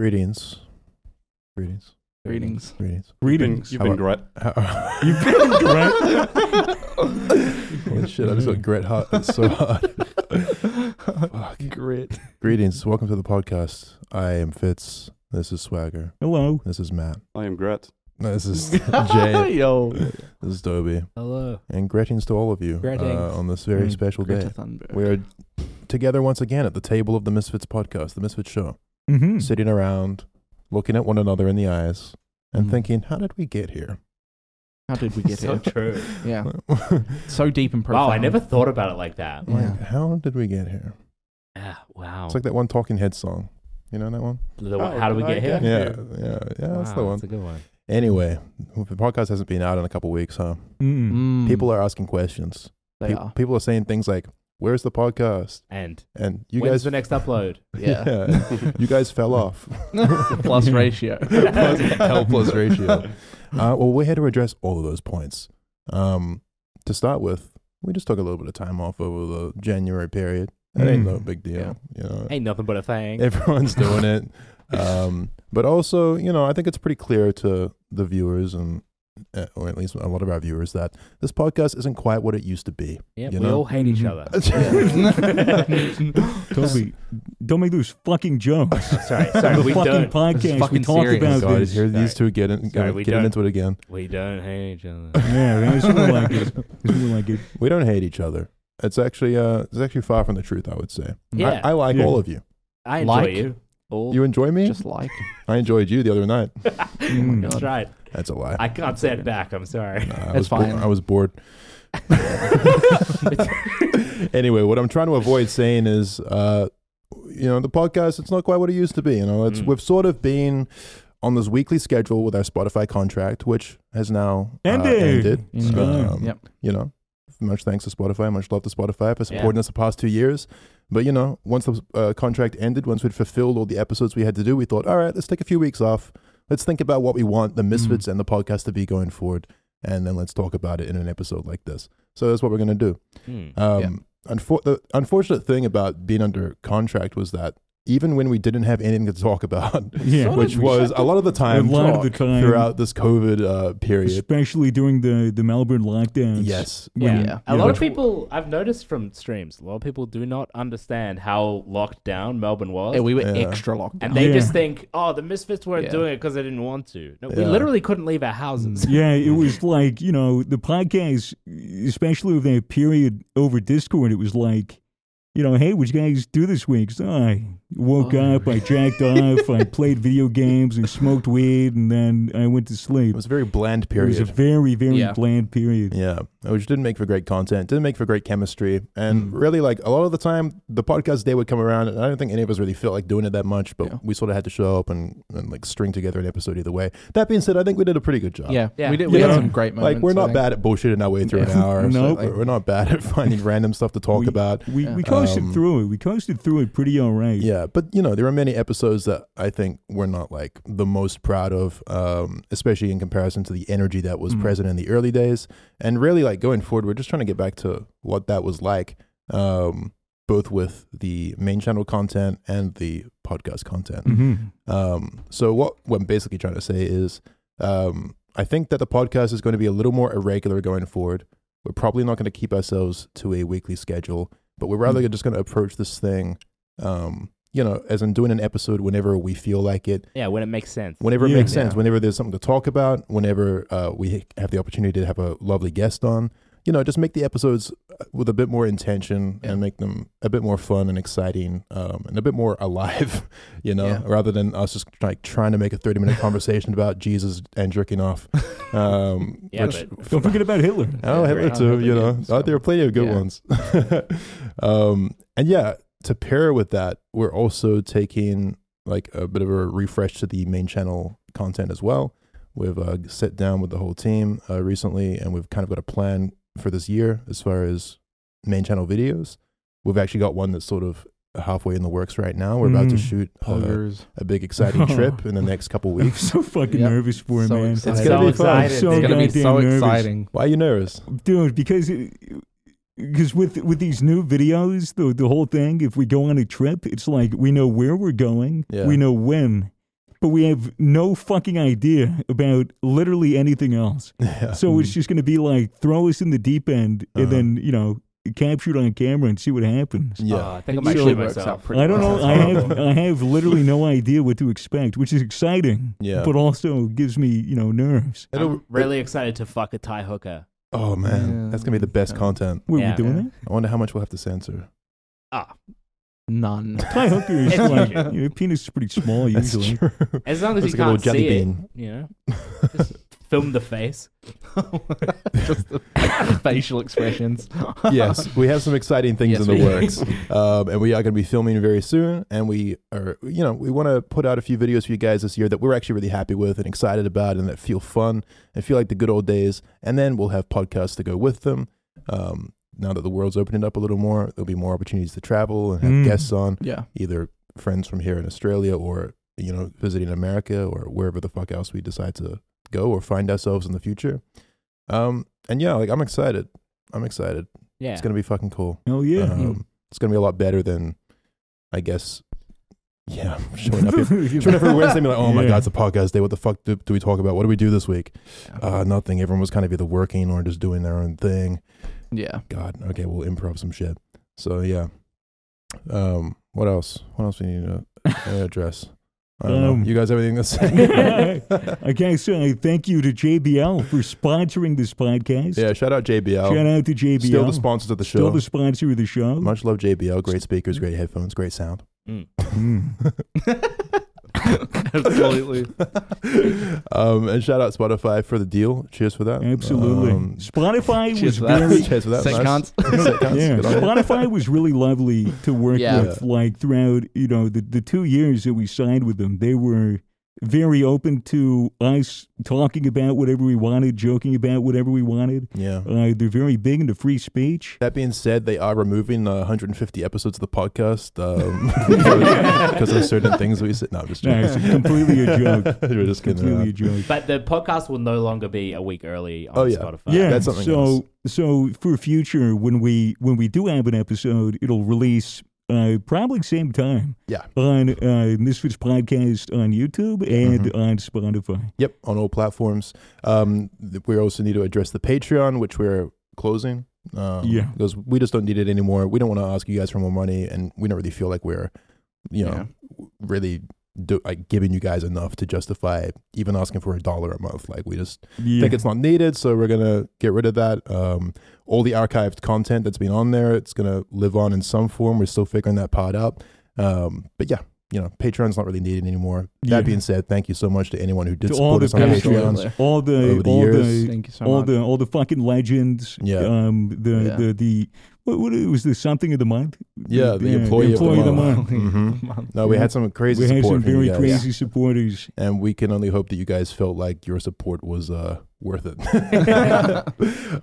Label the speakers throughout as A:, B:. A: Greetings. Greetings.
B: Greetings.
A: Greetings.
B: Greetings.
A: How
C: You've been great.
A: You've been Holy shit, I just got grit hot. It's so hot. Fuck.
B: Grit.
A: Greetings. Welcome to the podcast. I am Fitz. This is Swagger.
B: Hello.
A: This is Matt.
C: I am great.
A: No, This is Jay.
B: Yo.
A: This is Dobie.
D: Hello.
A: And greetings to all of you uh,
D: Greetings.
A: on this very
B: Mm,
A: special
B: Greta
A: day.
B: Thunberg.
A: We are together once again at the table of the Misfits podcast, the Misfits show,
B: mm-hmm.
A: sitting around, looking at one another in the eyes, and
B: Mm.
A: thinking, how did we get here?
B: How did we get
D: Mm-hmm. so
B: here?
D: true.
B: Yeah. So deep and profound.
D: Wow, I never thought about it like that.
A: Like,
B: Yeah.
A: how did we get here?
D: Ah, wow.
A: It's like that one Talking Head song. You know that one?
D: The-
C: Oh,
D: how do we
C: I
D: get here?
C: get
A: Yeah, yeah,
C: here.
A: yeah,
D: Wow,
A: that's the one.
D: That's a good one.
A: Anyway, the podcast hasn't been out in a couple weeks, huh?
E: Mm.
B: Mm,
A: People are asking questions.
B: They
A: Pe-
B: are.
A: People are saying things like, "Where's the podcast?"
D: And
A: And you
D: when's
A: guys,
D: the next upload?
B: Yeah.
A: yeah, you guys fell off.
B: Plus ratio.
A: plus, hell plus ratio. Uh, well, we're here to address all of those points. Um, to start with, we just took a little bit of time off over the January period. It ain't
E: Mm.
A: no big deal.
B: Yeah.
A: You know,
D: Ain't nothing but a thing.
A: everyone's doing it. Um, but also, you know, I think it's pretty clear to the viewers and, uh, or at least a lot of our viewers, that this podcast isn't quite what it used to be.
D: yeah,
A: you
D: we
A: know?
D: all hate each
E: Mhm.
D: other.
E: Toby, don't make those fucking jokes.
D: sorry, sorry,
E: the
D: we
E: fucking
D: don't.
B: This is
E: podcast.
B: fucking
E: we talked
B: serious.
E: about
A: God,
E: this.
A: here these two get in,
D: Sorry, we
A: getting
D: don't-
A: into it again.
D: We don't hate each other.
E: Yeah, man, it's more like it. It's more like it.
A: We don't hate each other. It's actually uh, it's actually far from the truth. I would say.
D: Yeah.
A: I, I like
E: Yeah.
A: all of you.
D: I enjoy
B: Like-
D: you. All.
A: You enjoy me?
B: Just like. Oh
A: I enjoyed you the other night.
E: Mm.
D: That's
B: God.
D: right.
A: That's a lie.
D: I can't say it back. I'm sorry.
A: Nah, I
B: That's
A: was bo-
B: fine.
A: I was bored. anyway, what I'm trying to avoid saying is, uh, you know, the podcast it's not quite what it used to be. You know, it's
D: Mm.
A: we've sort of been on this weekly schedule with our Spotify contract, which has now uh,
E: Ended.
A: ended.
B: Ended.
A: Um,
B: Yep.
A: You know, much thanks to Spotify, much love to Spotify for
D: Yeah.
A: supporting us the past two years. But you know, once the uh, contract ended, once we'd fulfilled all the episodes we had to do, we thought, all right, let's take a few weeks off. Let's think about what we want the
E: Mm-hmm.
A: Misfits and the podcast to be going forward, and then let's talk about it in an episode like this. So that's what we're gonna do.
D: Hmm.
A: Um, unfor- the unfortunate thing about being under contract was that even when we didn't have anything to talk about,
E: Yeah,
B: Sort
A: which
B: we
A: was a lot of the
E: a
A: time
E: lot of the
B: talk
E: time,
A: throughout this COVID uh, period.
E: especially during the the Melbourne lockdowns.
A: Yes.
D: Yeah.
B: Yeah.
D: A
E: Yeah.
D: lot of people, I've noticed from streams, a lot of people do not understand how locked down Melbourne was.
B: Yeah, we were
A: Yeah.
B: extra locked down.
D: and they
E: Yeah.
D: just think, oh, the Misfits weren't
B: Yeah.
D: doing it because they didn't want to. No, We
A: Yeah. Mm,
D: literally couldn't leave our houses.
E: Yeah, it was like you know the podcast, especially with that period over Discord. It was like, you know, hey, what you guys do this week? So I woke
B: Oh.
E: up, I jacked off, I played video games, and smoked weed, and then I went to
A: It
E: sleep.
A: was a very bland
E: It was
A: period.
E: a very, very
B: Yeah.
E: bland period.
A: yeah, which didn't make for great content, didn't make for great chemistry, and
B: Mm.
A: really, like a lot of the time, the podcast day would come around, and I don't think any of us really felt like doing it that much. But
B: Yeah.
A: we sort of had to show up and, and like string together an episode either way. That being said, I think we did a pretty good job.
B: Yeah.
D: Yeah.
B: We, did, we
A: Yeah.
B: had some great moments.
A: like we're
B: I
A: not
B: think.
A: bad at bullshitting our way through an
E: Yeah.
A: hour.
E: Nope.
A: Like, we're not bad at finding random stuff to talk
E: We-
A: about.
E: We
B: Yeah.
E: we coasted
A: Um,
E: through it. We coasted through it pretty all right.
A: Yeah, but you know there are many episodes that I think we're not like the most proud of, um, especially in comparison to the energy that was
E: Mm.
A: present in the early days. And really, like going forward, we're just trying to get back to what that was like, um, both with the main channel content and the podcast content.
B: Mm-hmm.
E: Mhm.
A: Um, so what what I'm basically trying to say is, um, I think that the podcast is going to be a little more irregular going forward. We're probably not going to keep ourselves to a weekly schedule, but we're rather just going to approach this thing, um, you know, as in doing an episode whenever we feel like it,
D: Yeah, when it makes sense.
A: whenever it
E: Yeah.
A: makes sense,
B: Yeah.
A: whenever there's something to talk about, whenever uh, we have the opportunity to have a lovely guest on. You know, just make the episodes uh, with a bit more intention
B: Yeah.
A: and make them a bit more fun and exciting um, and a bit more alive, you know,
B: Yeah.
A: rather than us just like trying to make a 30 minute conversation about Jesus and jerking off. Um,
D: Yeah,
A: which-
E: Don't forget about Hitler.
A: Oh,
B: Yeah,
A: Hitler
B: right.
A: too.
B: Hitler,
A: You know,
B: yeah,
A: Oh, there are plenty of good
B: Yeah.
A: ones. um, and yeah, to pair with that, we're also taking like a bit of a refresh to the main channel content as well. We've uh, sat down with the whole team uh, recently, and we've kind of got a plan for this year as far as main channel videos. We've actually got one that's sort of halfway in the works right now. We're about to
E: Mm.
A: shoot uh,
B: Huggers.
A: a big exciting trip in the next couple
E: I'm
A: weeks.
E: so fucking
B: Yep.
E: nervous for it,
B: So
E: man.
B: excited.
A: It's gonna
D: so
A: be fun.
D: excited.
E: So
B: it's going to be
E: goddamn
B: so
E: nervous.
B: exciting.
A: Why are you nervous?
E: dude because because with with these new videos the the whole thing if we go on a trip it's like we know where we're going
A: Yeah.
E: we know when but we have no fucking idea about literally anything else.
A: Yeah.
B: Uh-huh.
E: So it's just going to be like throw us in the deep end and
A: Uh-huh.
E: then, you know, capture it on camera and see what happens.
A: yeah.
D: Oh, I think I
B: It
D: might
B: usually
D: shoot
B: works out
D: myself.
B: pretty
E: I don't
B: well.
E: know. I have I have literally no idea what to expect, which is exciting,
A: Yeah.
E: but also gives me, you know, nerves.
A: It'll-
D: I'm really excited to fuck a Thai hooker.
A: oh man,
B: Yeah.
A: that's gonna be the best
B: Yeah.
A: content.
E: Wait,
D: Yeah.
E: we doing
B: Yeah.
E: that?
A: I wonder how much we'll have to censor.
D: Ah,
B: None.
E: Thai hooker is
D: It's
E: like,
D: usually-
E: you know, penis is pretty small
A: That's
E: usually.
A: true.
D: as long as
A: Looks
D: you
A: like a little
D: can't see
A: jelly
D: it,
A: bean.
D: you know, just film the face.
B: Just the facial expressions.
A: yes, we have some exciting things
B: Yes,
A: in the
B: we do.
A: works, um, and we are going to be filming very soon. And we are, you know, we want to put out a few videos for you guys this year that we're actually really happy with and excited about, and that feel fun and feel like the good old days. And then we'll have podcasts to go with them. Um, now that the world's opening up a little more, there'll be more opportunities to travel and have
E: Mm.
A: guests on,
B: Yeah.
A: either friends from here in Australia or you know visiting America or wherever the fuck else we decide to go or find ourselves in the future. Um, and yeah, like I'm excited. I'm excited.
D: Yeah.
A: It's gonna be fucking cool.
E: Oh yeah.
A: Um, it's gonna be a lot better than, I guess, yeah, showing up. Here. Showing up every Wednesday, and be like, oh my
E: Yeah.
A: god, it's a podcast day. What the fuck do, do we talk about? What do we do this week? Uh, nothing. Everyone was kind of either working or just doing their own thing.
B: Yeah.
A: God, okay, we'll improv some shit. So yeah. Um, what else? What else we need to uh, address? I don't
E: Um,
A: know. You guys have anything to say?
E: okay, so I thank you to JBL for sponsoring this podcast.
A: yeah, shout out JBL.
E: Shout out to JBL.
A: Still the sponsors of the
E: Still
A: show.
E: the sponsor of the show.
A: Much love JBL. Great speakers, great headphones, great sound.
D: Mm.
B: Absolutely.
A: um, and shout out Spotify for the deal. Cheers for that.
E: Absolutely.
A: Um,
E: Spotify was
B: Cheers for that.
E: very
A: cheers for that.
B: Sick
A: nice.
B: cunts.
A: Sick cunts.
E: yeah,
A: Good on you.
E: Spotify was really lovely to work
B: Yeah.
E: with. Like throughout, you know, the, the two years that we signed with them, they were very open to us talking about whatever we wanted, joking about whatever we wanted.
A: Yeah.
E: Uh, they're very big into free speech.
A: That being said, they are removing uh, 150 episodes of the podcast um, because of certain things we said. No, I'm just
E: No,
A: joking.
E: it's completely a joke.
A: We're just uh, kidding.
E: Completely a
A: around.
E: joke.
D: But the podcast will no longer be a week early on
A: Oh, yeah.
D: Spotify.
E: yeah,
A: that's something
E: so
A: else.
E: so for future when we when we do have an episode, it'll release uh, probably same time.
A: Yeah.
E: on uh, Misfits podcast on YouTube and
A: Mhm.
E: on Spotify.
A: Yep, on all platforms. Um, th- we also need to address the Patreon, which we're closing. Um,
E: Yeah.
A: because we just don't need it anymore. We don't want to ask you guys for more money, and we don't really feel like we're, you know,
B: Yeah.
A: w- really do, like giving you guys enough to justify even asking for a dollar a month. Like we just
E: Yeah.
A: think it's not needed, so we're gonna get rid of that. Um, all the archived content that's been on there, it's gonna live on in some form. We're still figuring that part out. Um, but yeah, you know, Patreon's not really needed anymore. That
E: Yeah.
A: being said, thank you so much to anyone who did
E: To
A: support
E: all the
A: us on Patreon.
B: Absolutely.
E: all the
A: Over the
E: all
A: years.
E: the
B: Thank you so
E: all
B: much.
E: the all the fucking legends.
A: Yeah.
E: Um. The
B: Yeah.
E: the the what, what it was the something of the month.
A: Yeah, the employee of the month. Mhm. No, we had some crazy
E: We had
A: support
E: some
A: from
E: very
A: you guys,
E: crazy supporters.
A: and we can only hope that you guys felt like your support was uh, worth it. Mm-hmm.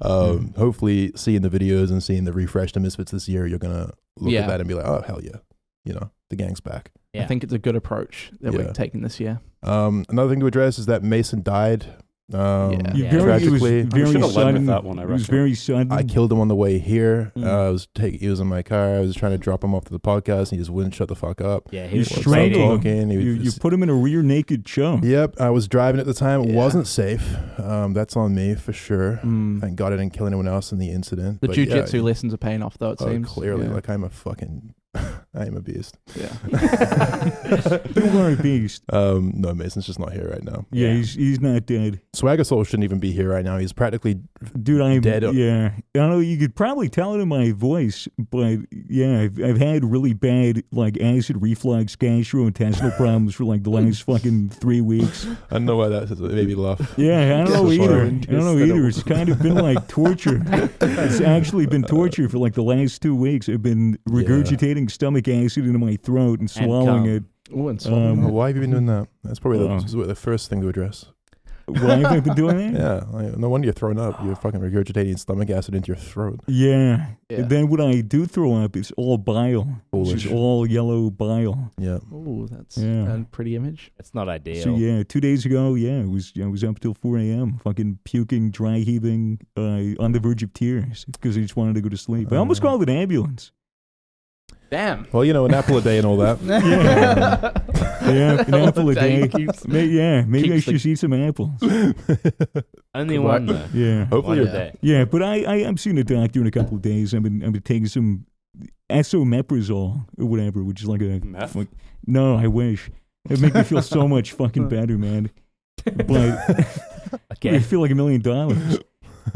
A: um, hopefully, seeing the videos and seeing the refresh to Misfits this year, you're gonna look
B: Yeah.
A: at that and be like, "Oh hell yeah!" You know, the gang's back.
B: I think it's a good approach that
A: Yeah.
B: we've taken this year.
A: Um, another thing to address is that Mason died. Um,
B: Yeah.
E: You
D: Yeah.
E: Very,
A: Tragically,
E: it was
C: I
E: very
C: should have led
E: sudden.
C: with that one. I
E: it was
C: reckon.
E: very sudden.
A: I killed him on the way here.
E: Mm-hmm.
C: Mm.
A: Uh, I was take, he was in my car. I was trying to drop him off to the podcast, and he just wouldn't shut the fuck up.
D: Yeah, he
E: You
D: was
A: Wouldn't stop
E: strangled him.
A: talking. He was
E: you, you
A: just-
E: put him in a rear naked chump.
A: Yep, I was driving at the time. It
B: Yeah.
A: wasn't safe. Um, that's on me for sure.
B: Mm.
A: Thank God I didn't kill anyone else in the incident.
B: The
A: but yeah,
B: jujitsu lessons are paying off, though, it
A: oh,
B: seems.
A: clearly,
B: Yeah.
A: like I'm a fucking, I am a beast.
B: yeah.
E: You are a beast.
A: Um, no, Mason's just not here right now.
E: Yeah,
D: Yeah.
E: he's he's not dead,
A: Swagger Soul shouldn't even be here right now. He's practically
E: dude. I'm
A: Dead.
E: Yeah, I don't know. You could probably tell it in my voice, but yeah, I've, I've had really bad like acid reflux, gastrointestinal problems for like the last fucking three weeks.
A: I don't know why that is. It made me laugh.
E: Yeah, I don't
A: So
E: know either.
A: sorry.
E: I don't know either. It's kind of been like torture. It's actually been torture for like the last two weeks. I've been regurgitating stomach acid into my throat and swallowing
D: cum.
E: it.
B: Ooh, and
E: Um,
A: Oh, why have you been doing that? That's probably the,
E: Oh.
A: this is the first thing to address.
E: Why have I been doing that?
A: Yeah, like, no wonder you're throwing up. You're fucking regurgitating stomach acid into your throat.
E: Yeah.
B: Yeah.
E: Then when I do throw up, it's all bile. It's
A: Foolish.
E: just all yellow bile.
A: Yeah.
B: Ooh, that's
E: Yeah.
B: a pretty image.
D: It's not ideal.
E: So yeah, two days ago, yeah, it was I was up till four a.m. fucking puking, dry heaving, uh, on the verge of tears because I just wanted to go to sleep. I almost
A: Uh.
E: called an ambulance.
B: Damn.
A: Well, you know, an apple a day and all that.
E: Yeah. yeah, an apple a day.
D: Keeps-
E: May, yeah, maybe I
D: keeps
E: should
D: the-
E: eat some apples.
D: Only
A: Good luck.
D: one though.
E: Yeah.
A: Hopefully, your
D: one a day.
E: Yeah, but I, I I'm seeing a doctor in a couple of days. I've been I've been taking some esomeprazole or whatever, which is like a
D: Meth?
E: like- no, I wish it make me feel so much fucking better, man. But I
D: Okay.
E: feel like a million dollars.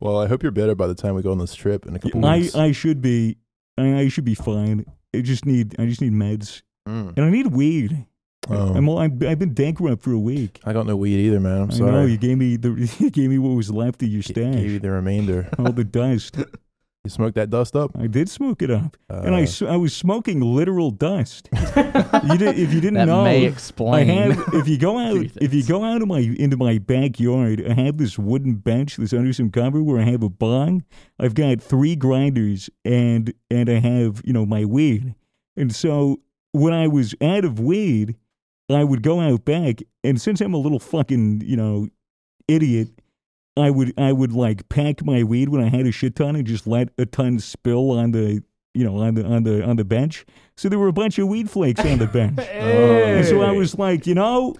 A: well, I hope you're better by the time we go on this trip in a couple
E: I
A: weeks.
E: I should be I, I should be fine. I just need I just need meds
A: Mm.
E: and I need weed.
A: Um,
E: I'm all, I'm I've been bankrupt for a week.
A: I got no weed either, man. I'm
E: I
A: sorry.
E: know you gave me the you gave me what was left of your
A: G-
E: stash.
A: Gave you the remainder.
E: all the dust.
A: You smoked that dust up,
E: I did smoke it up.
A: uh,
E: and I, s- I was smoking literal dust. you did, if you didn't
B: That
E: know,
B: may
E: I
B: explain.
E: have. If you go out,
B: few
E: if you
B: things.
E: go out of my into my backyard, I have this wooden bench that's under some cover where I have a bong. I've got three grinders and and I have you know my weed. And so when I was out of weed, I would go out back. And since I'm a little fucking you know idiot. I would I would like pack my weed when I had a shit ton and just let a ton spill on the you know on the on the on the bench. So there were a bunch of weed flakes on the bench.
A: oh, Hey.
E: And so I was like, you know,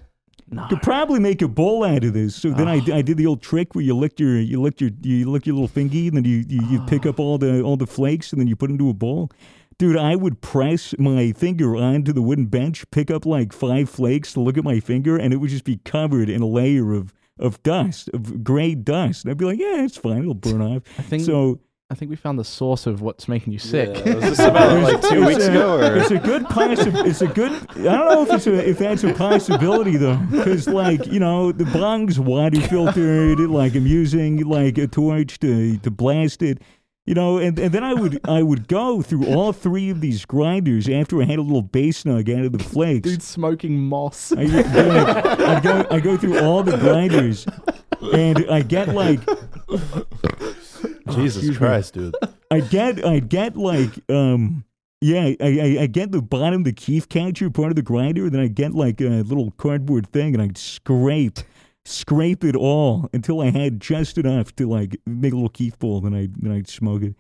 B: No.
E: could probably make a bowl out of this. So then I, I did the old trick where you licked your you licked your you lick your little thingy and then you you, you pick up all the all the flakes and then you put into a bowl. Dude, I would press my finger onto the wooden bench, pick up like five flakes to look at my finger, and it would just be covered in a layer of of dust, of gray dust. And I'd be like, yeah, it's fine, it'll burn off.
B: I think
E: So
B: I think we found the source of what's making you sick.
C: Yeah, was this about like two
E: It's
C: weeks
E: a-
C: ago? Or?
E: It's a good possi- It's a good. I don't know if it's a, if that's a possibility though, because like you know the bong's water filtered. Like I'm using like a torch to to blast it. You know, and, and then I would I would go through all three of these grinders after I had a little base nug out of the flakes.
B: Dude, smoking moss.
E: I, would go- I go I go through all the grinders, and I get like
A: Jesus Christ, dude.
E: I get, I get like, um, yeah, I, I, I get the bottom, the keef catcher part of the grinder, and then I get like a little cardboard thing, and I scrape, scrape it all until I had just enough to like make a little keef bowl, then I, then I smoke it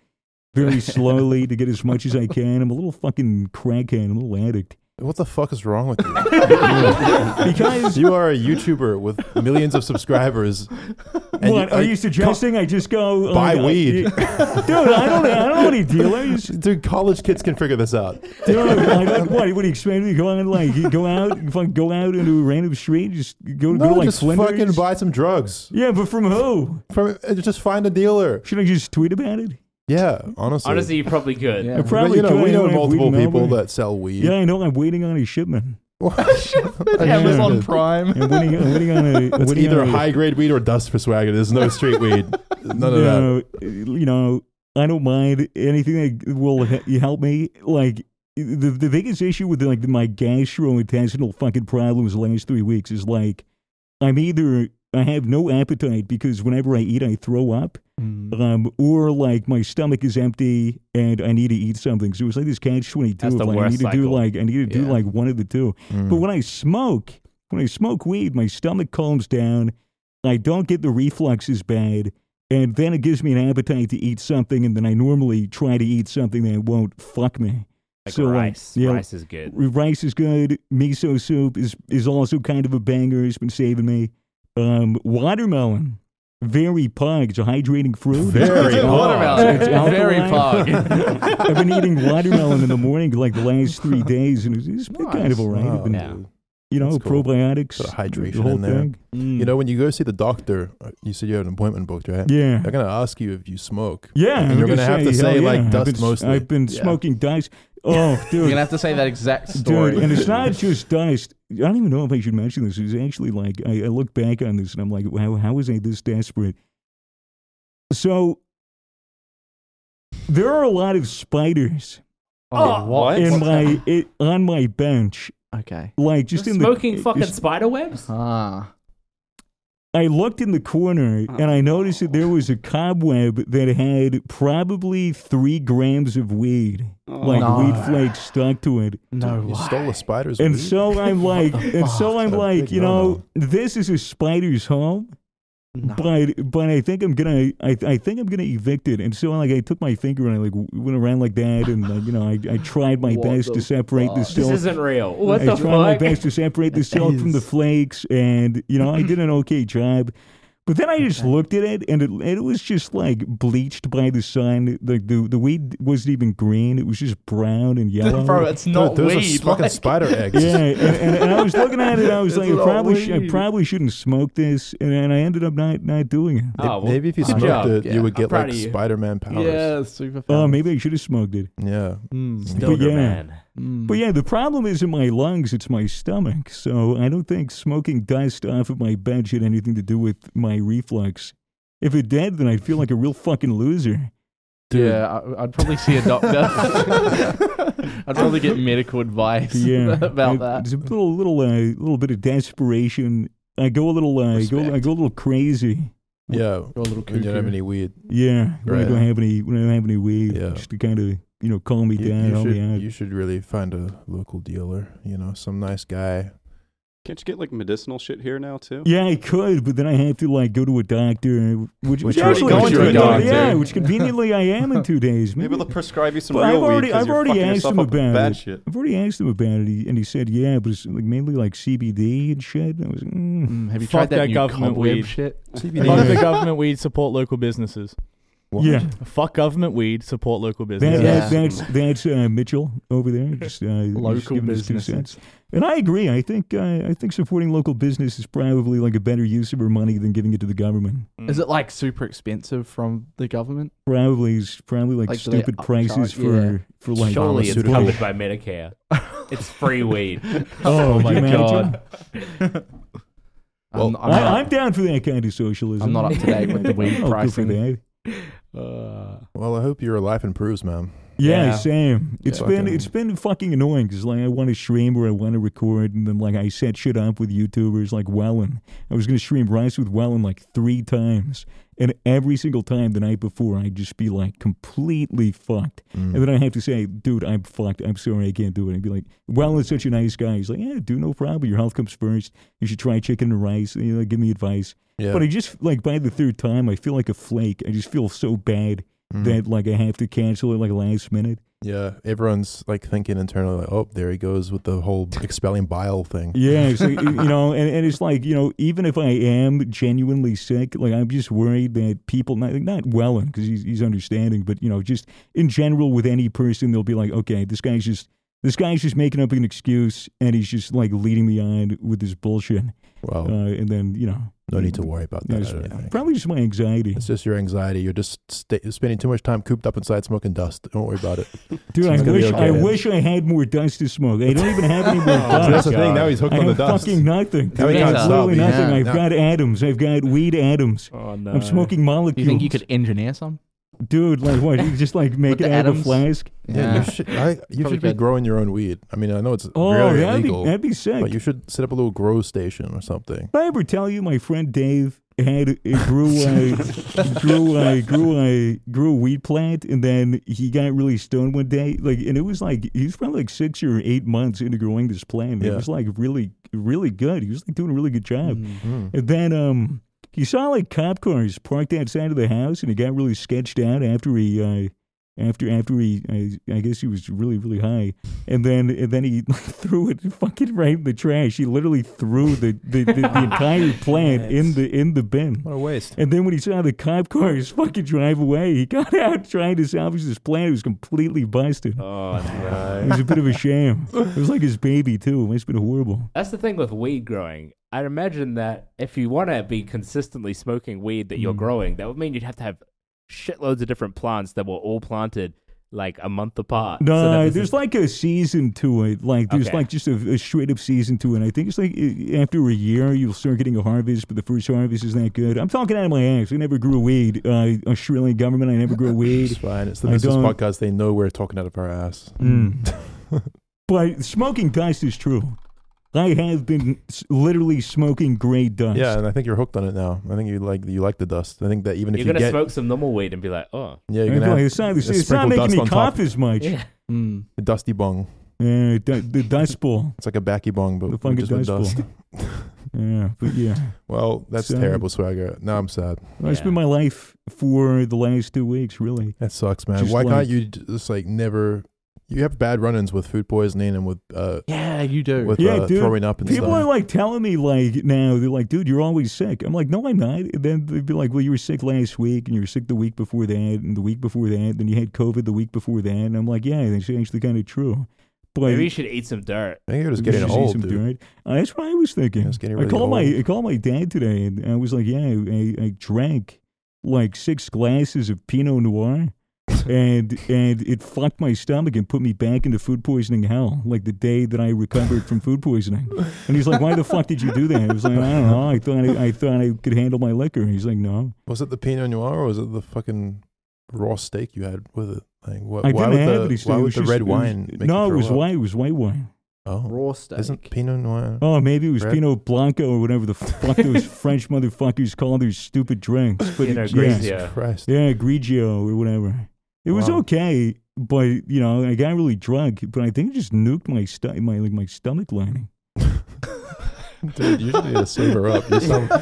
E: very slowly to get as much as I can. I'm a little fucking crackhead, I'm a little addict
A: What the fuck is wrong with you?
E: because.
A: You are a YouTuber with millions of subscribers. and
E: What are
A: I-
E: you suggesting? I just go
A: Buy
E: uh,
A: weed.
E: dude. I don't, I don't know any dealers.
A: Dude, college kids can figure this out.
E: Dude, like, like, what? What do you expect me to go on? Like, you go out, you fucking go out into a random street, just go, go
A: No,
E: to like
A: just
E: Flinders?
A: fucking buy some drugs.
E: Yeah, but from who?
A: From, uh, just find a dealer.
E: Should I just tweet about it?
A: Yeah, honestly.
D: Honestly, you probably could.
B: Yeah.
E: I
A: But,
E: probably
A: you know,
E: could.
A: we
E: I
A: know
E: don't have
A: multiple
E: weed in
A: people
E: Melbourne.
A: that sell weed.
E: Yeah, I know. I'm waiting on a shipment.
B: Amazon
E: Yeah.
B: Prime.
E: I'm waiting, I'm waiting on a.
A: It's
E: waiting
A: either
E: on a-
A: high grade weed or dust for swagger. There's no street weed. None of that.
E: no, You know, I don't mind anything that will he- help me. Like the the biggest issue with like my gastrointestinal fucking problems the last three weeks is like I'm either I have no appetite because whenever I eat I throw up,
B: Hmm.
E: um, or like my stomach is empty and I need to eat something. So it's like this catch twenty two.
D: That's the
E: Like, I
D: worst
E: need to do
D: cycle.
E: like I need to do
B: Yeah.
E: like one of the two.
A: Mm.
E: But when I smoke, when I smoke weed, my stomach calms down. I don't get the reflux as bad. And then it gives me an appetite to eat something. And then I normally try to eat something that won't fuck me.
D: Like
E: So, like,
D: rice.
E: yeah.
D: Rice is good.
E: Rice is good. Miso soup is, is also kind of a banger. It's been saving me. Um, watermelon. Very pug. It's a hydrating fruit.
A: Very
E: It's al-
B: Watermelon.
E: It's
B: Very
E: alkaline.
B: fog.
E: I've been eating watermelon in the morning like the last three days, and it's, it's been kind of all right. I've
A: Wow,
E: been-
D: Yeah.
A: dude.
E: you know,
A: Oh, That's cool.
E: probiotics,
A: Sort of hydration
E: the whole
A: in there.
E: thing.
A: You know, when you go see the doctor, uh, you said you had an appointment booked, right?
E: Hmm. Yeah.
A: They're gonna ask you if you smoke.
E: Yeah,
A: And
E: I'm
A: you're gonna have to say,
E: hell
A: like,
E: I've
A: dust
E: been, s-
A: mostly.
E: I've been
B: Yeah.
E: smoking dust. Oh,
B: You're
E: dude,
B: gonna have to say that exact story.
E: dude, and it's not just dust. I don't even know if I should mention this. It's actually like I, I look back on this and I'm like, wow, how was I this desperate? So there are a lot of spiders
B: oh, what?
E: in my it, on my bench,
B: okay.
E: like just
D: You're
E: in
D: smoking
E: the
D: fucking
E: just- Uh-huh.
D: spider webs?
B: Ah.
E: I looked in the corner and I noticed that there was a cobweb that had probably three grams of weed, like
B: Oh, No.
E: weed flakes stuck to it.
B: No
A: You
B: way.
A: stole a spider's
E: And
A: weed?
E: so I'm like, and so I'm
A: That's a
E: like,
A: big
E: you know, this is a spider's home. But but I think I'm gonna I, I think I'm gonna evict it. And so like I took my finger and I like w- went around like that and like, you know I, I tried my
B: What
E: best
B: the
E: to separate the
B: fuck?
E: silk.
D: This isn't real. What
E: I
D: the
E: tried my
D: fuck?
E: best to separate the silk from the
A: is-
E: flakes, and you know I did an okay job. But then I just looked at it, and it, and it was just like bleached by the sun. Like the the weed wasn't even green; it was just brown and yellow.
B: Bro, it's
A: Dude,
B: not
A: those
B: weed.
A: are fucking
B: like-
A: spider eggs.
E: Yeah, and, and, and I was looking at it. and I was
B: It's
E: like, I
B: not
E: probably, sh- I
B: weed.
E: probably shouldn't smoke this, and, and I ended up not not doing it.
D: Oh, well,
A: Maybe if you
D: good
A: smoked
D: job.
A: it,
B: Yeah,
A: you would
D: I'm
A: get
D: proud
A: like
D: of you.
A: Spider Man powers.
B: Yeah, super.
E: Oh,
B: fast.
E: maybe I should have smoked it.
A: Yeah.
B: Mm,
E: But
D: Dilder
E: yeah.
D: man.
B: mm.
E: But yeah, the problem isn't my lungs; it's my stomach. So I don't think smoking dust off of my bench had anything to do with my reflux. If it did, then I'd feel like a real fucking loser.
A: Dude.
B: Yeah, I, I'd probably see a doctor. I'd probably get medical advice
E: Yeah,
B: about
E: I-
B: that.
E: There's a little, little, uh, little bit of desperation. I go a little, uh, I go, I
B: Respect.
E: go a little crazy.
A: Yeah.
B: You're a little
A: When you don't have any weed.
E: Yeah, when I
A: Right.
E: don't have any, when I don't have any weed,
A: Yeah.
E: just to kind of, you know, calm me
A: You,
E: down,
A: you
E: help me out.
A: should, you should really find a local dealer, you know, some nice guy.
C: Can't you get like medicinal shit here now too?
E: Yeah, I could, but then I have to like go to a doctor, which, which
A: you're already
E: actually
B: going to a doctor.
E: Yeah, which conveniently I am in two days.
C: Maybe
E: Maybe
C: they'll prescribe you some
E: But I've
C: real
E: already-
C: weed 'cause
E: I've
C: you're
E: already
C: fucking
E: asked
C: yourself
E: him
C: up with
E: about
C: bad
E: it.
C: shit.
E: I've already asked him about it, he- and he said, "Yeah, but it's like mainly like CBD and shit." And I was, mm.
B: Mm, have you
F: Fuck
B: tried that,
F: that
B: new
F: government
B: cobweb
F: weed.
B: shit?
F: Fuck the
E: Yeah.
F: government weed, support local businesses.
A: What?
E: yeah,
F: Fuck government weed, support local
E: that,
F: businesses.
E: that-
B: Yeah.
E: that's that's uh, Mitchell over there, just uh, just
F: Local
E: giving his two
F: businesses.
E: cents. And I agree. I think uh, I think supporting local business is probably like a better use of our money than giving it to the government.
F: Mm.
B: Is it like super expensive from the government?
E: Probably s- probably like,
B: Like, do they
E: stupid
B: upcharge?
E: prices for
B: Yeah.
E: for like
D: Surely it's
E: Mm.
A: Pharmaceutical.
D: covered by Medicare. It's free weed.
E: Oh,
F: my
E: my
F: God.
E: god!
A: Well,
B: I'm, I'm,
E: I, I'm
B: not,
E: down for that kind of socialism.
B: I'm not up to date with the weed
E: I'll go for
B: pricing.
E: that.
B: uh,
A: Well, I hope your life improves, man.
E: Yeah,
B: Yeah.
E: same. It's
A: Yeah.
E: been
A: Fucking-
E: it's been fucking annoying because like I want to stream or I want to record, and then like I set shit up with YouTubers like Wellen. I was gonna stream Rice with Wellen like three times, and every single time the night before I'd just be like completely fucked,
A: Mm.
E: and then I have to say, dude, I'm fucked. I'm sorry, I can't do it. I'd be like, Wellen's such a nice guy. He's like, yeah, do no problem. Your health comes first. You should try chicken and rice. You know, give me advice.
A: Yeah.
E: But I just like by the third time, I feel like a flake. I just feel so bad
A: Mm.
E: that like I have to cancel it like last minute.
A: Yeah, everyone's like thinking internally, like, "Oh, there he goes with the whole expelling bile thing."
E: Yeah, it's like, you know, and, and it's like, you know, even if I am genuinely sick, like I'm just worried that people, not, not Wellen, because he's, he's understanding, but, you know, just in general with any person, they'll be like, okay, this guy's just, this guy's just making up an excuse and he's just like leading me on with this bullshit.
A: Well,
E: Uh, and then, you know,
A: Oh. no need to worry about that.
E: you know,
A: I
E: it's
A: don't think.
E: probably just my anxiety.
A: It's just your anxiety. You're just sta spending too much time cooped up inside smoking dust. Don't worry about it.
E: Dude, I
A: gonna be
E: wish,
A: okay.
E: I wish I had more dust to smoke. I don't even have any more
A: So
E: dust.
A: that's the thing. Now he's hooked
E: I
A: on the
E: have
A: dust.
E: fucking nothing.
A: Now he
E: I
B: can't
E: have literally
A: stop.
E: nothing.
A: Yeah.
E: I've
A: No.
E: got atoms. I've got weed atoms.
F: Oh, no.
E: I'm smoking
B: do
E: molecules.
B: you think you could engineer some?
E: dude? Like what? You just like make
B: With
E: it
B: the
E: out of a
B: atoms?
E: flask?
A: yeah, you should. I, you
B: Probably
A: should be
B: good.
A: growing your own weed. I mean, I know it's
E: Oh,
A: very
E: that'd
A: illegal,
E: be that'd be sick.
A: but you should set up a little grow station or something.
E: Did I ever tell you my friend Dave had a grew a grew a grew a grew a weed plant and then he got really stoned one day like and it was like he was probably like six or eight months into growing this plant it
A: Yeah.
E: was like really really good he was like doing a really good job
A: Mm.
E: And then um, he saw like cop cars parked outside of the house, and he got really sketched out after he uh, after after he I, I guess he was really really high, and then and then he threw it fucking right in the trash. He literally threw the the, the, the entire plant in the in the bin.
A: What a waste.
E: And then when he saw the cop cars fucking drive away, he got out trying to salvage this plant. It was completely busted.
D: Oh,
E: It
D: no.
E: was a bit of a shame. It was like his baby too. It must have been horrible.
D: That's the thing with weed growing. I'd imagine that if you want to be consistently smoking weed that you're
E: Mm.
D: growing, that would mean you'd have to have shitloads of different plants that were all planted like a month apart. So that
E: No,
D: this is-
E: there's like a season to it. Like there's
D: Okay.
E: like just a, a straight up season to it. I think it's like uh, after a year you'll start getting a harvest, but the first harvest isn't that good. I'm talking out of my ass. I never grew weed. Uh, Australian government, I never grew
A: It's
E: weed.
A: fine. It's the
E: I
A: business
E: don't-
A: podcast. They know we're talking out of our ass. Hmm.
E: Mm. but smoking dust is true. I have been s- literally smoking gray dust.
A: Yeah, and I think you're hooked on it now. I think you like you like the dust. I think that even if
D: you're
A: you
D: going to
A: get
D: smoke some normal weed and be like, oh,
A: yeah, you're
E: And
A: gonna
E: boy,
A: have
E: it's not, it's,
A: just
E: it's not
A: sprinkle
E: making
A: dust
E: me
A: on
E: cough
A: top.
E: as much.
D: yeah.
B: Mm.
A: a dusty bong.
E: Yeah, the, the dust bowl.
A: It's like a backy bong, but
E: The
A: we
E: fucking
A: just with
E: dust
A: dust.
E: Yeah, but yeah.
A: Well, that's
E: So-
A: terrible, Swagger. Now I'm sad.
E: That's been my life for the last two weeks, really.
A: That sucks, man.
E: Just
A: Why
E: like-
A: can't you just like never? You have bad run-ins with food poisoning and with uh
B: Yeah, you do.
A: with
E: Yeah,
A: uh,
E: dude.
A: throwing up and
E: People are
A: stuff.
E: like telling me like now they're like, dude, you're always sick. I'm like, no, I'm not. And then they'd be like, well, you were sick last week, and you were sick the week before that, and the week before that, and then you had COVID the week before that, and I'm like, yeah, that's actually kind of true. But
D: Maybe you should eat some dirt.
A: I think you're just
E: Maybe
A: getting
E: she's eating
A: old,
E: some
A: dude.
E: dirt. Uh, that's what I was thinking.
A: Yeah, it's getting
E: I
A: really
E: called
A: old.
E: my I called my dad today, and I was like, "Yeah, I, I drank like six glasses of Pinot Noir, and and it fucked my stomach and put me back into food poisoning hell. Like the day that I recovered from food poisoning." And he's like, "Why the fuck did you do that?" I was like, "I don't know. I thought I, I thought I could handle my liquor." And he's like, "No,
A: Was it the Pinot Noir or was it the fucking raw steak you had with it? Like, what,
E: I
A: why
E: didn't
A: would
E: have
A: the,
E: it." He said
A: why
E: it
A: would
E: was
A: the
E: just-
A: red
E: it was-
A: wine? make
E: no,
A: you
E: it was
A: throw up?
E: white. It was white wine.
A: Oh,
B: Raw steak.
A: isn't Pinot Noir?
E: Oh, maybe it was
A: Red-
E: Pinot Blanco or whatever the fuck those French motherfuckers call those stupid drinks."
D: But you know,
E: yes.
D: greasy.
A: Christ!
E: Yeah, Grigio or whatever. It was
A: Wow.
E: okay, but you know, I got really drunk, but I think it just nuked my stu- my like my stomach lining.
A: Dude, you should need to sober up. You sound, I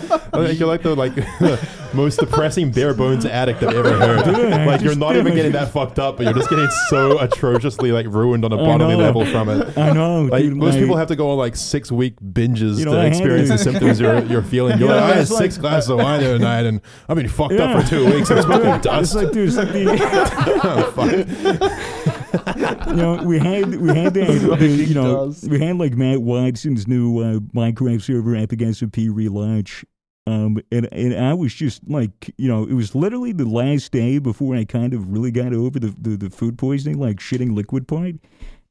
A: think you're like the like most depressing bare bones addict I've ever heard.
E: Dude, I
A: like you're
E: just-
A: not even getting that fucked up, but you're just getting so atrociously like ruined on a bodily
E: know.
A: level from it.
E: I know.
A: Like
E: dude,
A: most
E: my-
A: people have to go on like six week binges
E: You know, I
A: to
E: had
A: experience the
E: these-
A: symptoms you're, you're feeling. You're
E: Yeah,
A: like, "Ah, I had
E: it's
A: six
E: like-
A: glasses of wine the other night, and I've been fucked up
E: Yeah.
A: for two weeks. and It's fucking
E: It's
A: dust.
E: like, dude, it's like the,
A: Oh, fuck.
E: you know, we had we had that, the, you know,
B: does.
E: we had like Matt Watson's new uh, Minecraft server Epic SMP relaunch, um, and and I was just like, you know, it was literally the last day before I kind of really got over the the, the food poisoning, like shitting liquid part,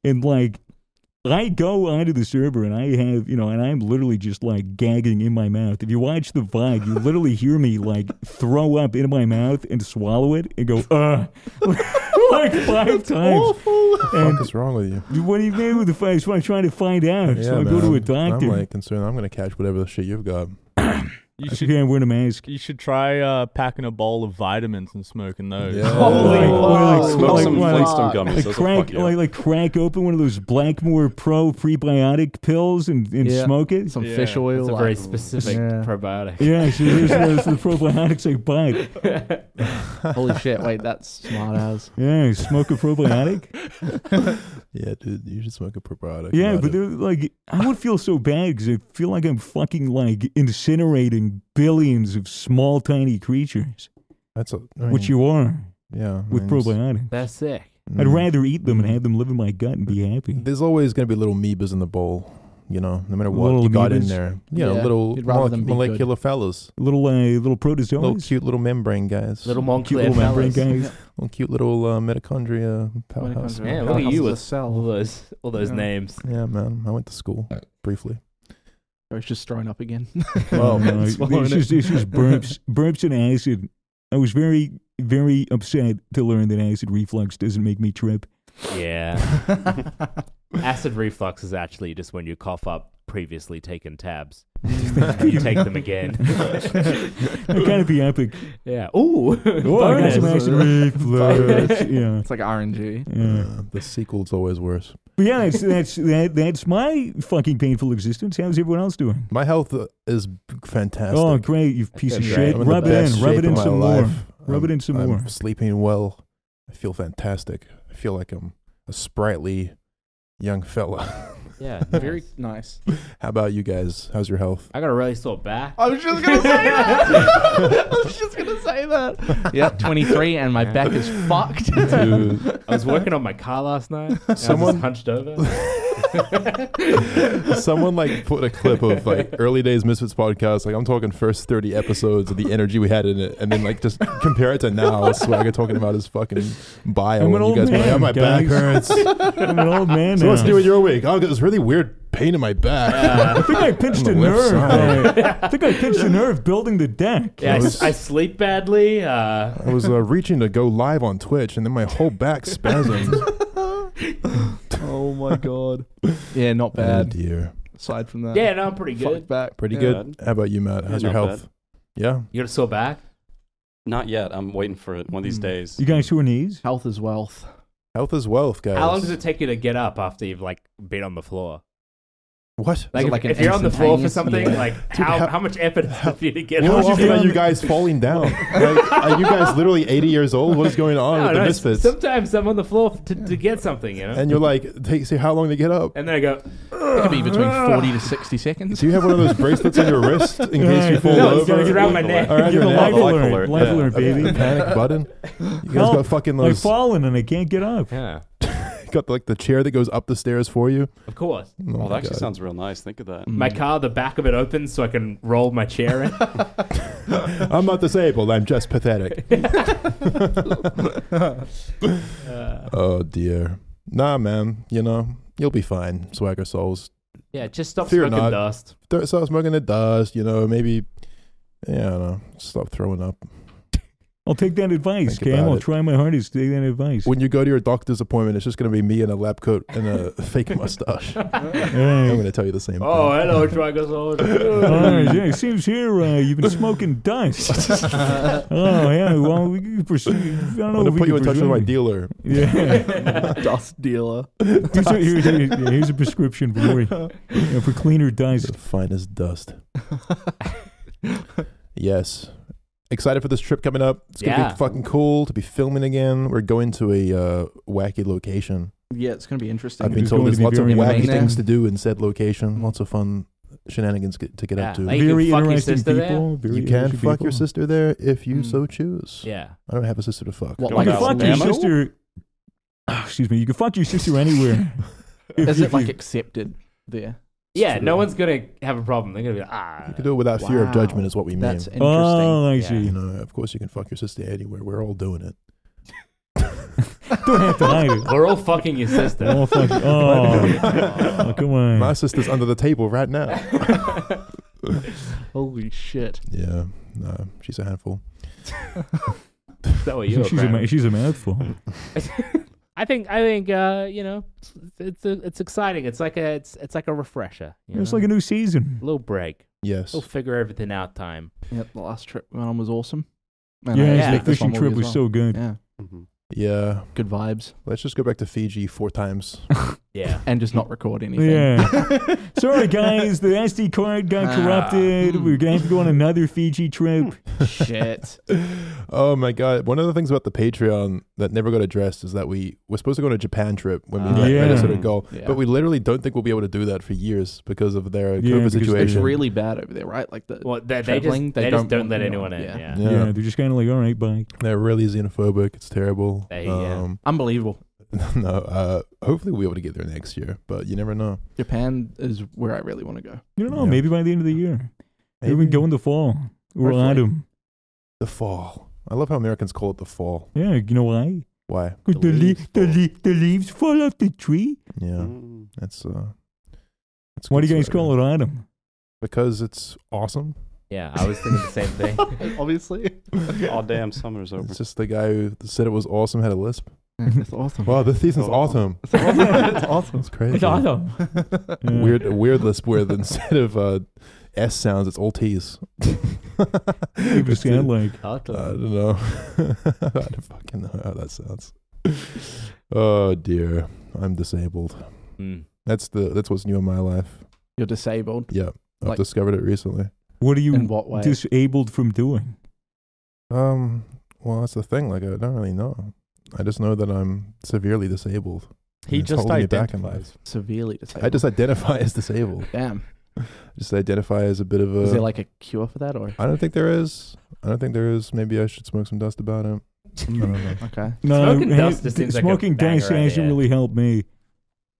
E: and like I go onto the server and I have, you know, and I'm literally just like gagging in my mouth. If you watch the vlog, you literally hear me like throw up into my mouth and swallow it and go, uh, like five times.
A: What
E: And
A: the fuck is wrong with you?
E: what do you mean with the fight? That's what I'm trying to find out. so I go to a
A: man.
E: doctor.
A: I'm like concerned. I'm gonna catch whatever the shit you've got.
F: You
E: I
F: should
E: can't wear a mask.
F: you should try uh, packing a bowl of vitamins and smoking those.
A: Yeah.
B: Holy
A: Like,
B: fuck.
E: like,
C: Smoke
E: like,
C: some
E: like-
C: Flintstone gummies.
E: Like
C: Those will
E: crack,
C: fuck you up.
E: like, like crack open one of those Blackmore Pro prebiotic pills and, and
B: Yeah.
E: smoke it.
B: Some
F: Yeah.
B: fish oil.
D: It's a very
B: like-
D: specific
B: Yeah.
D: probiotic.
E: Yeah, so those are those are the probiotics I buy.
B: Holy shit! Wait, that's smart as.
E: Yeah, smoke a probiotic.
A: Yeah, dude, you should smoke a probiotic.
E: Yeah,
A: Not
E: but
A: a-
E: they're like, I would feel so bad because I feel like I'm fucking like incinerating billions of small, tiny creatures,
A: that's a, I mean,
E: which you are
A: yeah I mean,
E: with probiotics.
D: They're sick.
A: it's-
E: I'd
A: mm.
E: rather eat them and have them live in my gut and be happy.
A: There's always gonna be little amoebas in the bowl, you know. No matter what
E: Little
A: you got in
E: amoebas?
A: there, you know,
B: Yeah,
A: little
B: you'd rather
A: molec-
B: them be good.
A: molecular fellas,
E: Little, uh, little
A: little
E: protozoas.
A: cute little membrane guys,
D: Little
E: Cute
D: Montclair
E: little membrane
D: fellas.
E: guys.
A: little cute little uh, mitochondria powerhouse.
D: Yeah, look at you with all
B: cell.
D: those all those
B: Yeah.
D: names.
A: Yeah, man, I went to school briefly.
B: I was Oh, just throwing up again.
A: Well,
E: No, it's
B: swallowing
E: just,
B: it.
E: it's just burps, burps and acid. I was very, very upset to learn that acid reflux doesn't make me trip.
D: Yeah. Acid reflux is actually just when you cough up previously taken tabs. you take them again.
E: That kind of be epic.
D: Yeah. Ooh.
E: Oh, I got some
D: Bonus.
E: acid reflux. yeah.
B: it's like RNG.
E: Yeah.
A: Uh, the sequel's always worse.
E: But yeah, that's that's that, that's my fucking painful existence. How's everyone else doing?
A: My health uh, is fantastic.
E: Oh, great, you piece of
D: That's
E: shit!
D: great.
A: I'm in the
E: Rub it
A: best
E: in, rub
A: shape
E: it
A: of
E: in
A: my
E: some
A: life.
E: more. Rub it
A: I'm-
E: in some
A: I'm
E: more.
A: Sleeping well. I feel fantastic. I feel like I'm a sprightly young fella.
D: Yeah.
B: Very
D: nice.
B: nice.
A: How about you guys? How's your health?
D: I got a really sore back.
B: I was just gonna say that. I was just gonna say that. Yep, 23, and my back is fucked.
A: Dude.
D: I was working on my car last night. and I was just
A: Someone-
D: hunched over.
A: Someone like put a clip of like early days Misfits podcast. Like I'm talking first 30 episodes of the energy we had in it, and then like just compare it to now. Swagger talking about his fucking bio.
E: I'm
A: and
E: an
A: you
E: old
A: guys be like,
E: man,
A: "Oh, my back
E: guys."
A: hurts. so
E: I'm an old man now.
A: what's new with your week? Oh, I got this really weird pain in my back.
E: I think I pinched
A: the
E: a
A: left
E: nerve.
A: side.
E: uh, I think I pinched a nerve building the deck.
D: Yeah, I, s- I sleep badly. Uh,
A: I was uh, reaching to go live on Twitch, and then my whole back spasmed.
B: oh my god. Yeah, not
A: Oh
B: bad.
A: dear.
B: Aside from that.
D: yeah, no, I'm pretty
B: Fucked
D: good.
B: back.
A: Pretty
B: Yeah.
A: good. How about you, Matt?
C: Yeah,
A: How's your
C: not
A: health? Yeah.
D: You got a sore back?
C: Not yet. I'm waiting for it one of these
B: Mm.
C: days.
E: You guys sore knees?
B: Health is wealth.
A: Health is wealth, guys.
D: How long does it take you to get up after you've like been on the floor?
A: What?
B: Like,
D: Like,
B: if-
D: like
B: if
D: if you're on the floor for something,
B: instantaneous-
D: like how, how much effort is it for you to get
A: How
D: off?
A: much you feel about
E: on
A: you
E: the-
A: guys falling down? Oh, like, are you guys literally 80 years old? What is going on
D: No,
A: with the
D: no,
A: misfits?
D: Sometimes I'm on the floor to, to get something, you know?
A: and you're like, take, see how long they get up.
D: And then I go,
B: It could be between 40 to 60 seconds.
A: Do you have one of those bracelets on your wrist in case you
E: Right.
A: fall
E: No,
D: it's
A: over?
D: gotta get around my neck.
A: All right,
E: Give
A: your
E: a
A: neck.
E: life
C: The life
E: alert.
C: alert,
E: Life
C: yeah.
E: alert,
A: The
E: baby.
A: panic button. You guys
E: Help.
A: got fucking
E: I've
A: those.
E: fallen and I can't get up.
D: yeah,
A: Got like the chair that goes up the stairs for you.
D: of course.
A: Oh,
C: Oh,
A: my
C: that actually
A: God.
C: sounds real nice. Think of
B: Hmm.
C: that.
A: Mm.
D: My car, the back of it opens so I can roll my chair in.
A: I'm not disabled. I'm just pathetic.
D: Uh,
A: oh dear. Nah, man. You know you'll be fine. Swagger souls.
D: yeah, just stop
A: Fear
D: smoking
A: not.
D: dust.
A: Th- stop smoking the dust. You know maybe. Yeah, I don't know. Stop throwing up.
E: I'll take that advice,
A: Think
E: Cam.
A: about
E: I'll
A: it.
E: try my hardest to take that advice.
A: When you go to your doctor's appointment, it's just gonna be me in a lab coat and a fake mustache. I'm gonna tell you the same.
D: Oh,
A: thing.
D: hello, Dragosaurus.
E: Oh, yeah, it seems here uh, you've been smoking dust. oh, yeah. Well, we can pursue. I don't know
A: I'm gonna
E: if we
A: put you
E: can
A: in touch with
E: pursue
A: my
E: it.
A: dealer.
E: Yeah.
F: Dust dealer.
E: here's, a, here's, a, yeah, here's a prescription for you. Yeah, for cleaner dust.
A: The finest dust. yes. Excited for this trip coming up. It's gonna
D: Yeah.
A: be fucking cool to be filming again. We're going to a uh, wacky location.
B: Yeah, it's going to be interesting.
A: I've been
E: It's
A: told
E: going
A: there's
E: to be
A: lots of
E: very
A: wacky
B: amazing.
A: things to do in said location. Lots of fun shenanigans get, to get
D: Yeah,
A: up to.
D: like- you
E: very
D: can fuck your
E: interesting
D: sister there.
E: people. Very
A: you can
E: interesting
A: fuck
E: people.
A: your sister there if you
D: Hmm.
B: Mm.
A: so choose.
D: yeah.
A: I don't have a sister to fuck.
B: What,
C: Go
E: You
B: like
E: can
C: Like
E: fuck
C: a
E: your
C: lamo?
E: sister. Oh, excuse me. You can fuck your sister anywhere. If-
B: Is
E: if
B: it like
E: you-
B: accepted there?
D: Yeah,
A: True.
D: no one's going to have a problem. They're going to be like, ah.
A: You can do it without fear of
B: Wow.
A: judgment, is what we mean.
B: That's interesting.
E: Oh, I
D: Yeah.
E: see.
A: you know, of course you can fuck your sister anywhere. We're all doing it.
E: Don't have to hide it.
D: We're all fucking your sister.
E: Oh, fuck. Oh, oh, come on.
A: My sister's under the table right now.
B: Holy shit.
A: Yeah, no, she's a handful.
D: That way you're
E: she's, a, ma- she's a mouthful.
D: I think I think uh, you know it's it's, it's exciting. It's like a it's it's like a refresher. you
E: It's
D: know?
E: like a new season.
D: little break.
A: Yes.
B: Oh,
D: We'll figure everything out. Time.
B: Yep, the last trip we went on was awesome.
E: Yeah,
B: And I
E: yeah,
D: yeah,
E: the
B: expect this one
E: fishing
B: will
E: trip
B: be
E: was
B: as well.
E: so good.
B: Yeah,
C: Mhm.
A: Yeah.
B: good vibes.
A: Let's just go back to Fiji four times.
D: Yeah.
B: And just not record anything.
E: Yeah. Sorry, guys. The SD card got
B: Ah.
E: corrupted. We're going to have to go on another Fiji trip.
B: Shit.
A: oh my god! One of the things about the Patreon that never got addressed is that we we're supposed to go on a Japan trip when we
B: Ah.
A: met, met us
E: Yeah.
A: at a goal,
B: Yeah.
A: but we literally don't think we'll be able to do that for years because of their
E: Yeah,
A: COVID
E: because it's
B: it's
A: situation.
B: really bad over there, right? Like the
D: Well, they, they just
B: Traveling,
D: they,
B: they
D: just
B: don't want
D: don't let
B: you on.
D: anyone in.
B: Yeah.
D: Yeah.
A: yeah.
E: Yeah. they're just kind of like, all right, bye.
A: they're really xenophobic. It's terrible.
D: They- yeah.
A: Um,
B: unbelievable.
A: no, uh, hopefully we'll be able to get there next year, but you never know.
B: Japan is where I really want to go.
E: You don't know.
A: Yeah.
E: Maybe by the end of the year. Maybe we can go in the fall or
B: Hopefully.
E: autumn.
A: the fall. I love how Americans call it the fall.
E: Yeah, you know why?
A: Why?
E: 'Cause
D: The
E: the, le-
D: leaves
E: the,
D: fall.
E: le- the leaves fall off the tree.
A: Yeah,
B: Mm-hmm.
C: Mm.
A: that's uh. That's
E: Why do you guys call it autumn?
A: Because it's awesome.
D: Yeah, I was thinking the same thing.
B: Obviously.
C: Oh damn, summer's over.
A: It's just the guy who said it was awesome had a lisp.
B: It's awesome.
A: Wow, this season's
C: Oh.
A: awesome.
B: it's awesome. It's awesome.
A: That's crazy.
E: autumn. Yeah.
A: Weird, weird lisp where the- instead of uh, S sounds, it's all T's.
E: It would sound like.
A: I don't know. I don't fucking know how that sounds. Oh dear, I'm disabled.
D: Mm.
A: That's the that's what's new in my life.
B: You're disabled.
A: Yeah, I've
B: Like-
A: discovered it recently.
E: What are
B: In
E: you
B: what way?
E: disabled from doing?
A: Um, well, that's the thing. Like, I don't really know. I just know that I'm severely disabled.
F: He
A: It's
F: just
A: holding me back in
F: identifies.
B: Severely disabled.
A: I just identify as disabled.
B: Damn.
A: Just identify as a bit of a.
B: Is there like a cure for that or?
A: I don't think there is. I don't think there is. Maybe I should smoke some dust about it. I don't know.
B: Okay.
E: No,
D: Smoking
E: hey,
D: dust just
E: th-
D: seems like a
E: smoking
D: banger
E: dust hasn't
D: idea.
E: really helped me.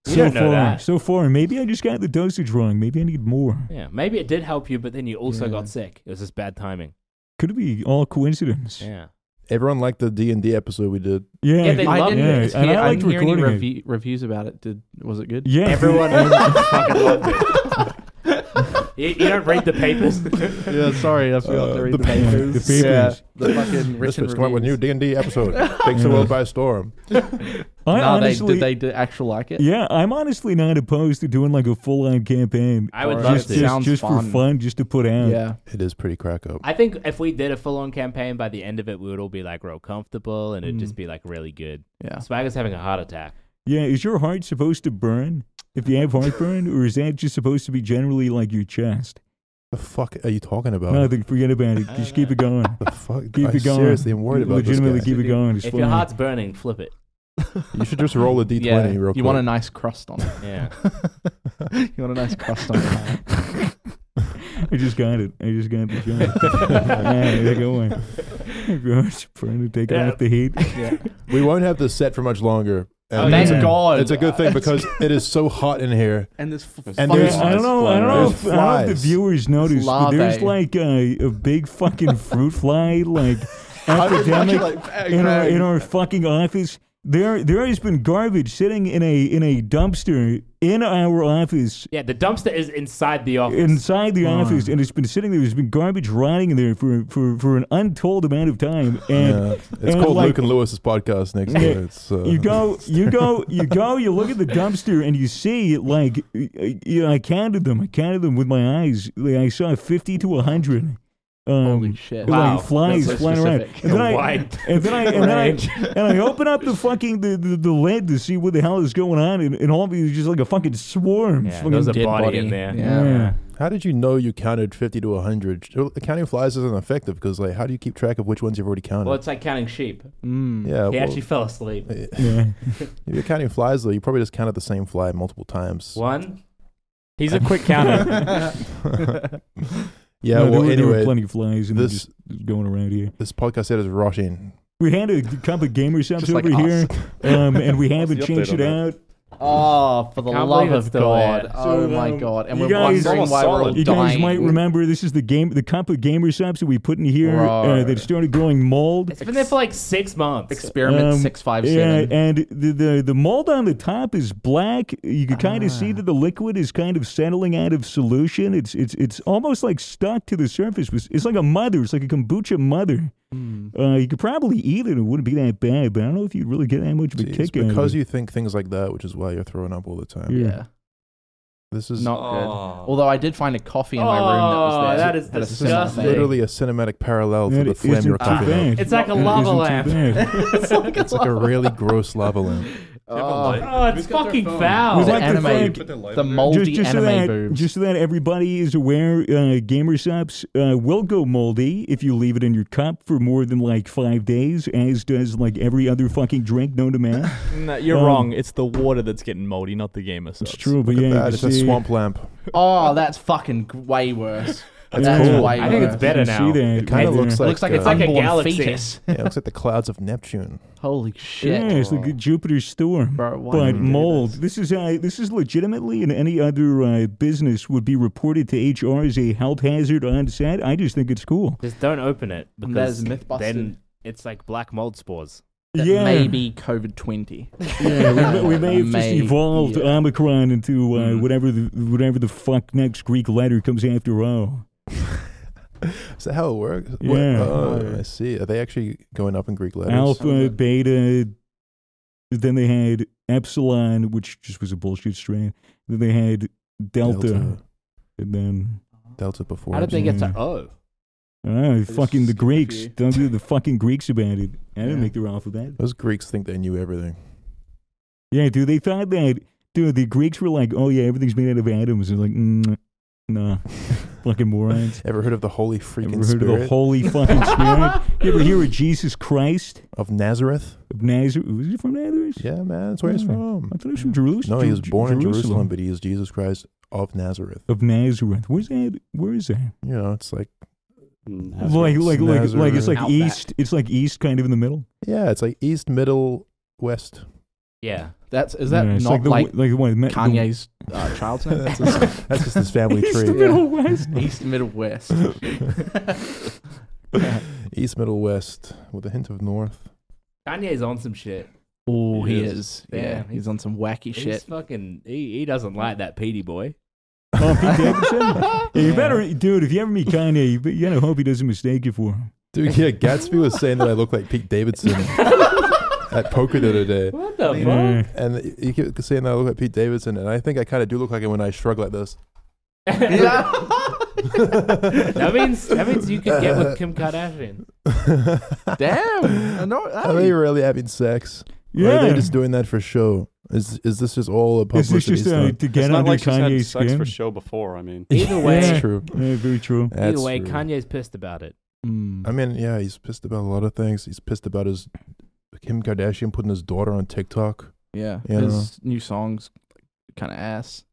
D: You
E: so
D: don't know
E: far,
D: that.
E: so far, maybe I just got the dosage wrong. Maybe I need more.
D: Yeah, maybe it did help you, but then you also
B: Yeah.
D: got sick. It was just bad timing.
E: Could it be all coincidence?
D: Yeah.
A: Everyone liked the D and D episode we did.
E: Yeah,
D: Yeah, they
E: I-
D: loved
E: yeah,
D: it.
E: and
D: Yeah,
E: I liked
B: didn't hear any
E: recording it.
B: revi- reviews about it. Did was it good?
E: Yeah,
D: Everyone fucking loved it. You, you don't read the papers.
B: yeah, sorry, I forgot
A: Uh,
B: to read
A: the
B: the,
A: papers.
B: papers.
E: The papers.
B: the fucking
A: This
B: written
A: bitch come up with a new
B: reviews.
A: D and D episode. Takes the
E: Yeah.
A: world by storm.
E: I
B: no,
E: honestly,
B: they, did they do actually like it?
E: yeah, I'm honestly not opposed to doing like a full-on campaign.
D: I would
B: Or
D: love
E: just,
B: it
D: to.
E: just,
B: sounds
E: just for
B: fun.
E: fun, just to put out.
B: Yeah.
A: It is pretty crack up.
D: I think if we did a full on campaign, by the end of it, we would all be like real comfortable and it'd just be like really good.
B: Yeah.
D: Swagger's having a heart attack.
E: Yeah, is your heart supposed to burn if you have heartburn, or is that just supposed to be generally like your chest?
A: The fuck are you talking about?
E: Nothing. Forget about it. Just keep it going.
A: the fuck?
E: Keep
A: I
E: it going.
A: seriously am worried about this
E: Legitimately
A: guy.
E: keep it going. It's
D: if your
E: fine.
D: heart's burning, flip it.
A: You should just roll a d20
B: yeah,
A: real quick.
B: you want a nice crust on it.
D: Yeah.
B: you want a nice crust on it.
E: I just got it. I just got the job. yeah, they're going. Everyone's trying to take
D: Yeah.
E: off the heat.
A: we won't have this set for much longer.
E: Oh,
A: it's,
E: thank
A: a,
B: God.
A: it's a good thing because it is so hot in here.
B: And this f-
A: And
B: fucking-
A: there's-
E: I don't know. I don't know, if, I don't know if the
A: Flies.
E: viewers noticed, but
B: larvae.
E: there's like a, a big fucking fruit fly, like epidemic
B: like, bang,
E: in our
B: bang.
E: in our fucking office. There, there has been garbage sitting in a in a dumpster in our office,
D: Yeah, the dumpster is inside the office.
E: inside the office, and it's been sitting there. There's been garbage rotting in there for for, for an untold amount of time,
A: Yeah.
E: and
A: Uh, It's
E: and
A: called
E: like-
A: Luke and Lewis's podcast next
E: Yeah.
A: year. It's, uh,
E: You go, you go, you go. You look at the dumpster and you see like you know, I counted them. I counted them with my eyes. Like, I saw fifty to hundred. Um,
B: Holy shit.
E: like,
D: Wow,
E: flies
B: that's so
E: flying around.
B: specific.
E: And then, I,
D: Wide
E: and then I and then I
D: range.
E: and I open up the fucking the, the, the lid to see what the hell is going on, and, and all of it is just like a fucking swarm.
D: Yeah,
E: Fucking-
D: there's a
B: dead
D: body,
B: body.
D: in there.
B: Yeah.
A: How did you know you counted 50 to 100? Counting flies isn't effective because, like, how do you keep track of which ones you've already counted?
D: Well, it's like counting sheep.
B: Mm.
F: Oh,
A: yeah,
D: He
A: well,
D: actually fell asleep.
E: yeah.
A: if you're counting flies, though, you probably just counted the same fly multiple times.
D: One. He's a quick counter.
A: yeah,
E: No,
A: well,
E: there, were, there were
A: anyway,
E: plenty of flies and they're
A: this-
E: just going around here.
A: this podcast set is rotting.
E: We had a couple of gamer shops
B: Just like
E: over here,
B: us.
E: um, and we haven't
C: the update
E: changed
C: on
E: it
C: that?
E: out.
B: Oh, for the
D: Can't
B: love
D: believe it's
B: of
D: still
B: God.
D: there.
B: Oh
E: So,
B: my
E: um,
B: God. And
E: you
B: we're
E: guys-
B: wondering why we're all
E: You guys
B: dying.
E: might remember this is the game, the cup of gamer shops that we put in here uh,
B: Right.
E: that started growing mold.
D: it's been there for like six months.
B: Experiment
E: Um,
B: six five
E: Yeah,
B: seven.
E: and the, the the mold on the top is black. You can kind of see
A: Ah.
E: that the liquid is kind of settling out of solution. It's it's it's almost like stuck to the surface. It's it's like a mother. It's like a kombucha mother.
B: Hmm.
E: Uh, you could probably eat it. It wouldn't be that bad. But I don't know if you really get that much of a
A: See, it's
E: kick out of
A: because
E: it.
A: you think things like that, which is why you're throwing up all the time.
E: Yeah.
B: yeah.
A: This is
B: Not good. Although I did find a coffee in my room that was
D: Oh,
B: there.
D: that is
B: Had a
A: this is
B: similar
D: disgusting.
B: thing.
A: literally a cinematic parallel for
E: That
A: the flame
E: isn't
A: you're
E: too
F: Ah.
A: coughing out.
E: bad.
D: It's like a
E: It
D: lava
E: isn't too
D: lamp.
E: bad.
D: it's like a
A: It's like a really gross lava lamp.
B: Oh,
D: Oh, it's fucking foul.
E: We'd
B: the
E: like to
B: anime,
E: thank-
B: the moldy
E: so
B: anime
E: that,
B: boobs.
E: Just so that everybody is aware, uh, Gamersops uh, will go moldy if you leave it in your cup for more than like five days, as does like every other fucking drink known to man.
F: No, you're
E: Um,
F: wrong. It's the water that's getting moldy, not the gamer.
E: It's true, but
A: Look at
E: yeah, you
A: that.
E: can
A: It's a
E: see-
A: swamp lamp.
B: oh, that's fucking g- way worse.
E: That's
B: that's
E: cool.
B: way
D: I think
B: worse.
D: it's
E: you
D: better
E: can
D: now.
E: See that.
A: It kind of looks like
B: Looks like it's
A: uh,
D: like a
B: unborn
D: galaxy.
B: fetus.
A: yeah, it looks like the clouds of Neptune.
B: Holy shit.
E: Yeah, it's like a Jupiter storm.
B: Bro, why
E: but
B: did we do
E: mold. This? is uh, this is legitimately in any other uh, business would be reported to HR as a health hazard on set. I just think it's cool.
D: Just don't open it
B: And that
D: because
B: is myth busted.
D: then it's like black mold spores.
B: That
E: yeah,
B: may be COVID twenty.
E: Yeah, we, we may have just
B: May,
E: evolved
B: yeah.
E: Omicron into uh,
B: Mhm.
E: whatever the whatever the fuck next Greek letter comes after O.
A: Is that how it works?
E: Yeah.
A: oh, I see. Are they actually going up in Greek letters?
E: Alpha, beta. Then they had epsilon, which just was a bullshit strand. Then they had delta,
A: Delta,
E: and then
A: Delta before.
D: How did they
A: epsilon.
D: get to
E: Yeah.
D: O?
E: ah, fucking the
B: just
E: Greeks.
B: confused.
E: Don't do the fucking Greeks about it. I didn't
B: Yeah.
E: make their alphabet.
A: Those Greeks think they knew everything.
E: Yeah, dude, they thought that. Dude, the Greeks were like, "Oh yeah, everything's made out of atoms." And like, mm, nah, fucking morons.
A: Ever heard of the Holy freaking
E: Ever heard
A: spirit
E: of the Holy fucking Spirit? you ever hear of Jesus Christ
A: of Nazareth?
E: of Nazareth? Was he from Nazareth?
A: Yeah, man, that's where he's
E: Yeah.
A: from.
E: I thought he was from Jerusalem.
A: No, he was
E: Jer-
A: born in Jerusalem, but he is Jesus Christ of Nazareth.
E: Of Nazareth. Where's that? Where is that?
A: You know, it's like
E: Like, like, like, like, it's like
B: Outback.
E: east. It's like east, kind of in the middle.
A: yeah, it's like east, middle, west.
D: Yeah.
B: That's is that
E: Yeah, it's
B: not
E: the,
B: like,
E: w- like the one the-
B: Kanye's uh, child's name?
A: that's, just, that's just his family
E: East
A: tree.
E: of Middle West.
B: East Middle West.
A: East, middle, west, with a hint of north.
D: Kanye's on some shit.
B: Oh, he,
A: He
B: is.
A: is.
B: Yeah,
D: Damn,
B: he's on some wacky
D: He's
B: shit.
D: fucking. He, he doesn't like that Petey boy.
E: Oh, Pete Davidson. Yeah, You
B: Yeah.
E: better, dude. If you ever meet Kanye, you, you gotta hope he doesn't mistake you for him.
A: Dude, yeah, Gatsby was saying that I look like Pete Davidson at poker the other day.
D: What the
E: Yeah.
A: And y- you keep saying that I look like Pete Davidson, and I think I kind of do look like him when I shrug like this.
D: that means that means you could get with Kim Kardashian.
B: Damn. I know-
A: Are they really having sex? Or
E: Yeah.
A: are they just doing that for show? Is is this just all a
E: Is this
A: publicity
E: just uh,
A: stunt?
E: to get
C: It's not
E: under
C: like she's had
E: Kanye's
C: sex for
E: skin?
C: show before. I mean,
D: Either way-
A: That's true.
E: Yeah, very true.
A: That's
D: Either way,
A: true.
D: Kanye's pissed about it.
E: Hmm,
A: I mean, yeah, he's pissed about a lot of things. He's pissed about his Kim Kardashian putting his daughter on TikTok.
B: Yeah,
A: Yeah.
B: his new songs kind of ass.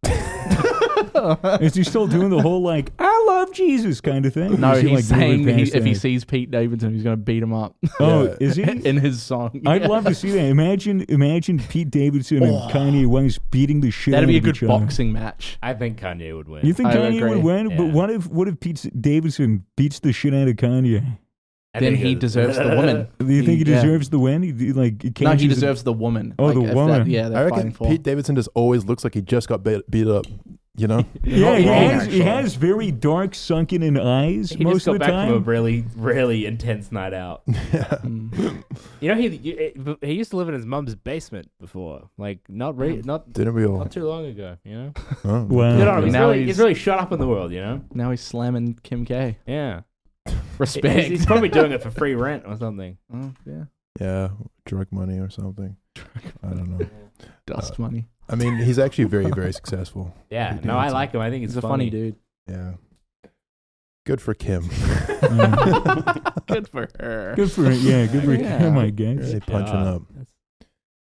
E: Is he still doing the whole like "I love Jesus" kind of thing?
B: No,
E: Is he,
B: he's
E: like,
B: saying
E: moving
B: that he,
E: past
B: if he
E: that?
B: sees Pete Davidson, he's going to beat him up
E: "Oh,
A: Yeah.
E: is he?"
B: in his song.
E: I'd
B: Yeah.
E: love to see that. Imagine, imagine Pete Davidson
B: Oh.
E: and Kanye West beating the shit
B: That'd be a
E: out of
B: good
E: each other.
B: boxing match.
D: I think Kanye would win.
E: You think
B: I
E: Kanye
B: agree.
E: would win? But
D: Yeah.
E: what if what if Pete Davidson beats the shit out of Kanye?
D: I
B: Then
D: think
B: he
D: it-
B: deserves the woman.
E: Do you think he
B: Yeah.
E: deserves the win? He- he, like he
B: No,
E: can't
B: he
E: just-
B: deserves the woman.
E: Oh, the
B: if that-
E: woman.
B: yeah,
A: I
B: they're
A: reckon
B: fighting for.
A: Pete Davidson just always looks like he just got beat, beat up. You know,
E: Yeah,
B: Not
E: he
B: wrong,
E: has, he
B: actually.
E: has very dark, sunken in eyes
D: He
E: most
D: just got
E: of the
D: back from a
E: time.
D: really, really intense night out.
B: Mm.
D: You know, he you- he used to live in his mum's basement before, like not re- not
A: didn't we all?
D: not too long ago. You know,
A: Oh.
E: Wow.
D: You know, he's,
B: Now
D: really, he's,
B: he's-
D: really shot up in the world. You know,
B: Now he's slamming Kim K.
D: yeah. He's,
B: Respect.
D: he's probably doing it for free rent or something.
B: Oh, yeah,
A: Yeah, drug money or something. I don't know.
B: dust money.
A: I mean, he's actually very, very successful.
D: Yeah,
A: Pete
D: no, I
A: Davidson.
D: like him. I think
B: He's
D: it's
B: a funny dude.
A: Yeah. Good for Kim.
B: Mm. Good for her.
E: Good for yeah, good for
B: Yeah.
E: him, Oh I guess.
A: Really punching
D: Yeah.
A: up.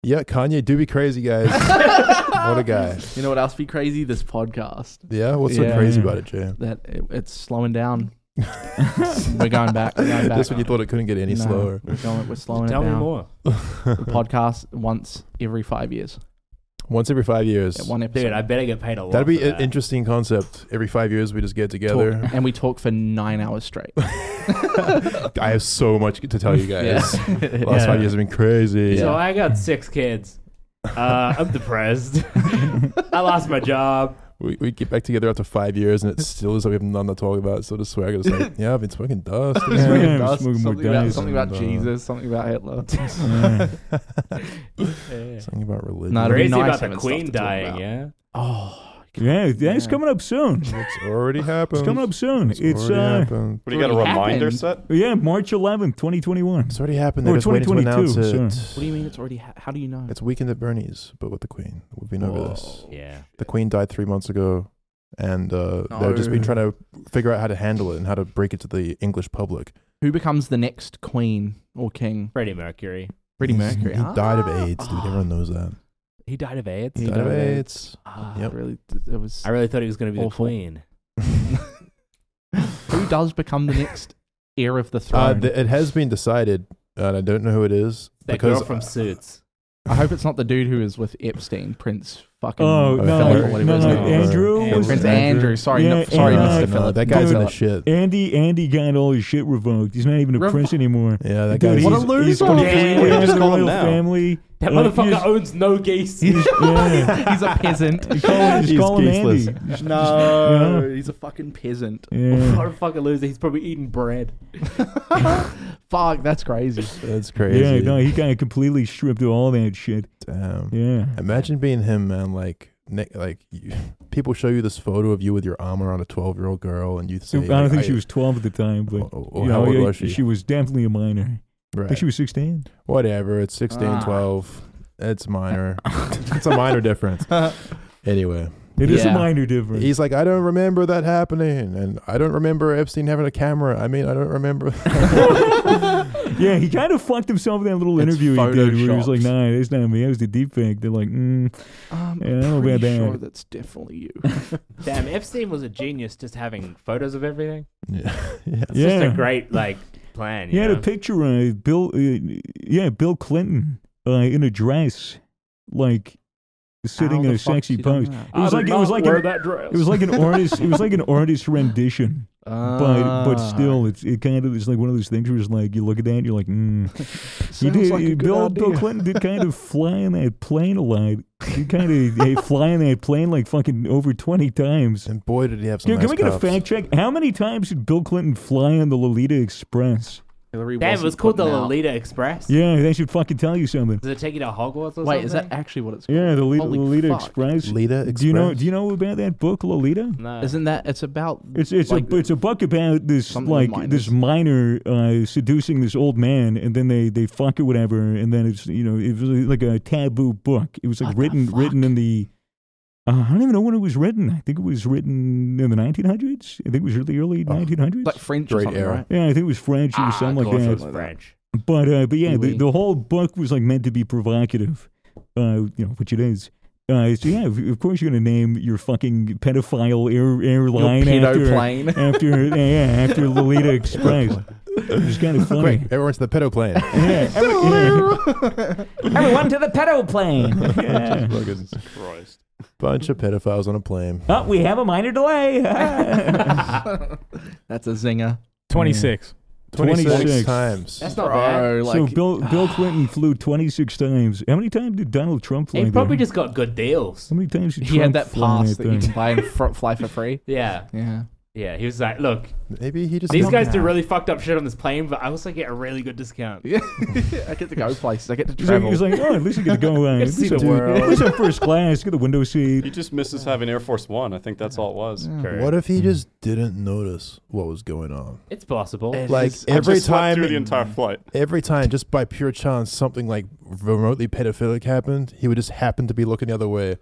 A: Yeah, Kanye do be crazy, guys. what a guy.
B: You know what else be crazy? This podcast.
A: Yeah, what's so
E: Yeah.
A: crazy about it, Jay?
B: That it, it's slowing down. We're going back. We're going back.
A: Just when you thought it couldn't get any
B: No,
A: slower.
B: We're, going, we're slowing
D: Tell
B: it
D: me
B: down.
D: more,
B: The podcast once every five years.
A: Once every five years.
B: At one episode.
D: dude. I better get paid a lot.
A: That'd be
D: for
A: an
D: that.
A: interesting concept. Every five years, we just get together.
B: Talk, and we talk for nine hours straight.
A: I have so much to tell you guys.
B: Yeah.
A: Last
D: Yeah.
A: five years have been crazy.
D: So I got six kids. Uh, I'm depressed. I lost my job.
A: We, we get back together after five years, and it still is like we have nothing to talk about. So just swear, I just like, yeah, I've been smoking dust.
E: Yeah,
B: Smoking
E: I'm
B: dust,
E: smoking more
B: something, about,
E: dice
B: something about
A: and, uh,
B: Jesus, something about Hitler.
E: Yeah.
A: Something about religion.
B: Not That'd be
D: Crazy
B: nice
D: about
B: having stuff
D: the queen
B: to talk
D: dying.
B: about.
D: Yeah.
B: oh,
E: yeah, that's
B: Yeah.
E: coming up soon.
A: It's already happened.
E: It's coming up soon. It's,
A: It's, already
E: uh,
A: happened.
C: what do you got a
B: Already
C: reminder
B: happened.
C: set?
E: yeah, March 11th, 2021.
A: It's already happened. They're
E: Or
A: just waiting to
E: 2022,
A: announce it.
B: what do you mean? It's already. Ha- how do you know?
A: It's weekend at Bernie's, but with the Queen. We've been over this.
B: Whoa.
D: Yeah.
A: The Queen died three months ago, and uh, they've just been
B: No.
A: trying to figure out how to handle it and how to break it to the English public.
B: Who becomes the next queen or king?
D: Freddie Mercury.
B: Freddie
A: He's-
B: Mercury.
A: He died of
B: Ah.
A: AIDS, dude.
B: Ah.
A: Everyone knows that.
D: He died of AIDS.
B: He
A: died,
B: died
A: of
B: of
A: AIDS.
B: Ah,
A: Yep.
B: really? th- It was.
D: I really thought he was going to be
B: Awful.
D: the queen.
A: Uh,
B: Who does become the next heir of the
A: Uh,
B: throne?
A: th- it has been decided, and I don't know who it is
D: That
A: because
D: girl from Suits.
B: I hope it's not the dude who is with Epstein, Prince fucking.
E: Oh, no,
B: Philip,
A: no,
B: or whatever his
A: no,
B: name is.
E: Andrew
A: Andrew.
E: was-
B: Prince
A: Andrew.
B: Andrew. Sorry,
E: Yeah,
B: no, sorry,
E: Andrew.
A: Uh,
B: Mr.
E: Philip.
A: no,
B: Philip.
A: that guy's in the
E: Dude.
A: shit.
E: Andy, Andy got all his shit revoked. He's not even a
B: Revo-
E: prince anymore.
A: Yeah, that
E: Dude,
A: guy's.
E: he's,
B: What a
E: He's
B: loser.
E: completely
D: Yeah.
E: out of
C: Just
E: the
C: call him
E: royal
C: now.
E: family.
D: That
E: Like,
D: motherfucker
E: he's-
D: owns no geese.
E: yeah.
B: He's a peasant.
E: You call him, just
A: He's
E: call him Andy.
A: geeseless.
E: Just-
D: Oh,
B: no, he's a fucking peasant.
E: Yeah.
D: what a fucking loser. He's probably eating bread.
B: Fuck, that's crazy.
A: That's crazy.
E: Yeah, no, he got completely stripped of all that shit.
A: Damn.
E: Yeah.
A: Imagine being him, man. Like, Nick, like you, people show you this photo of you with your arm around a twelve-year-old girl, and you say,
E: I don't think
A: like,
E: she was 12 at the time, but
A: Oh, oh, oh,
E: you
A: how
E: know,
A: old
E: I-
A: was she?
E: She was definitely a minor. I think
A: Right.
E: she was 16.
A: Whatever. It's 16,
B: Ah.
A: 12. It's minor. it's a minor difference. Anyway,
E: It is
B: Yeah.
E: a minor difference.
A: he's like, I don't remember that happening, and I don't remember Epstein having a camera. I mean, I don't remember.
E: yeah, he kind of fucked himself in that little
B: It's
E: interview he did where he was
B: photoshopped.
E: like, nah, it's not me. That was the deep fake. They're like, mm,
B: I'm
E: Yeah, I don't know
B: Um, pretty
E: about that.
B: sure that's definitely you.
D: Damn, Epstein was a genius just having photos of everything.
A: yeah. yeah.
D: It's
E: yeah.
D: just a great, like, plan.
E: he
D: You
E: had
D: know?
E: a picture of Bill, uh, yeah, Bill Clinton uh, in a dress, like sitting in a sexy pose. It was like it was like an,
D: that dress.
E: it was like an artist. It was like an artist rendition. but but
B: Ah.
E: still, it's it kind of it's like one of those things where it's like you look at that and you're like, mm. he did. Bill Bill Clinton did kind of fly in that plane a lot. He kind of he fly in that plane like fucking over twenty times.
A: And boy, did he have some.
E: Dude, can
A: nice
E: we get a
A: cuffs.
E: fact check? How many times did Bill Clinton fly on the Lolita Express?
B: It
C: Hillary
D: Damn, it
C: wasn't
D: was called the
C: putting out-
D: Lolita Express.
E: Yeah, they should fucking tell you something.
D: Does it take you to Hogwarts or something?
B: Wait, is that actually what it's called?
E: Yeah, the Lolita,
B: Holy
E: Lolita
B: fuck.
E: Express.
A: Lita Express.
E: Do you know? Do you know about that book, Lolita?
D: No.
B: Isn't that? It's about.
E: It's it's
B: like,
E: a it's a book about this
B: something
E: like
B: with
E: this minor uh, seducing this old man, and then they they fuck or whatever, and then it's you know it was like a taboo book. It was like
B: What the
E: written
B: fuck?
E: written in the. Uh, I don't even know when it was written. I think it was written in the 1900s. I think it was really early
A: Oh,
E: 1900s.
B: like French or
A: Great
B: something,
A: era.
B: right?
E: yeah, I think it was French or
D: ah,
E: something
D: of
E: like
D: course
E: that.
D: it was French.
E: But uh, but yeah,
B: Oui,
E: the,
B: oui.
E: the whole book was like meant to be provocative, uh, you know, which it is. Uh, so yeah, of, of course you're gonna name your fucking pedophile air, airline after
B: plane.
E: after yeah, yeah, after Lolita Express. It's kind of
A: Quick,
E: funny.
A: everyone's to the pedo plane.
E: Yeah, every- yeah.
D: Everyone to the pedo plane.
E: Yeah.
A: Fucking
C: Christ.
A: bunch of pedophiles on a plane.
E: Oh, we have a minor delay.
B: That's a zinger.
F: 26.
A: 26,
E: 26.
A: times.
D: That's not bad.
E: so Bill
A: ah.
E: Bill Clinton flew 26 times. How many times did Donald Trump fly?
D: He probably
E: there?
D: just got good deals.
E: How many times did
B: He had
E: Trump
B: that
E: fly
B: pass that you
E: thing?
B: can buy and fr- fly for free.
D: Yeah,
B: Yeah.
D: yeah. He was like, look,
A: Maybe he just
D: these guys
B: now.
D: do really fucked up shit on this plane, but I also get a really good discount.
B: Yeah. I get to go places. I get to
E: He's like,
B: travel.
E: he's like, oh, at least you get to go. Uh, at
D: Get to see
E: least
D: the
E: I'm-
D: world.
E: at least I'm first class. Get the window
C: He
E: seat.
C: just misses having Air Force One. I think that's all it was.
D: Correct.
A: What
E: Hmm.
A: if he just didn't notice what was going on?
D: It's possible.
B: It's
A: Like
B: just-
C: I
A: every
C: just slept
A: time,
C: through the entire flight.
A: every time, just by pure chance, something like remotely pedophilic happened, he would just happen to be looking the other way.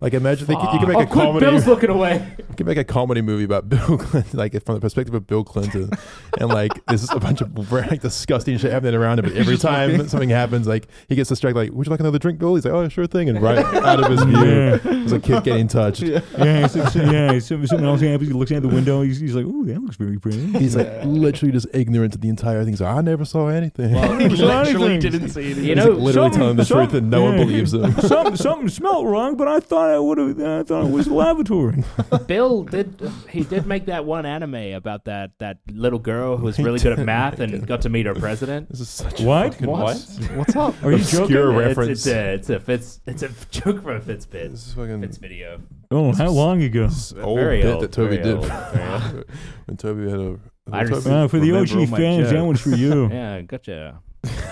A: Like imagine they could, you could make
D: oh,
A: a
D: quick,
A: comedy.
D: Bill's looking away.
A: You could make a comedy movie about Bill Clinton, like from the perspective of Bill Clinton, and like there's just a bunch of like disgusting shit happening around him. But every time something happens, like he gets distracted. Like, would you like another drink, Bill? He's like, oh, sure thing, and right out of his view,
E: Yeah.
A: there's a kid getting touched.
E: yeah, so, so, yeah. So, someone else happens. He looks out the window. He's, he's like, "Ooh, that looks very pretty."
A: He's like literally just ignorant to the entire thing. He's like, I never saw anything.
B: literally didn't see anything.
D: You
A: He's
D: know,
A: like literally
E: some-
A: telling the
E: some-
A: truth and no one
E: yeah.
A: believes him.
E: Something, something smelled wrong, but I thought I would have. I thought it was lavatory.
D: Bill did. He did make that one anime about that that little girl who was really good at math and got to meet her president.
A: This is such
E: What?
A: fucking
C: What?
B: What's up?
E: Are you
A: obscure
E: joking?
A: reference.
D: It's, it's a it's a Fitz, it's a joke from a Fitz bit.
A: This is fucking
D: Fitz video.
E: Oh, how long ago?
A: this old
D: Very
A: Oh, bit
D: old,
A: that Toby
D: very
A: did
D: old, very
A: when Toby had a.
D: I just-
A: Toby-
E: Uh, for the
D: Remember all
E: OG
D: my
E: fans, that one's for you.
D: Yeah, gotcha.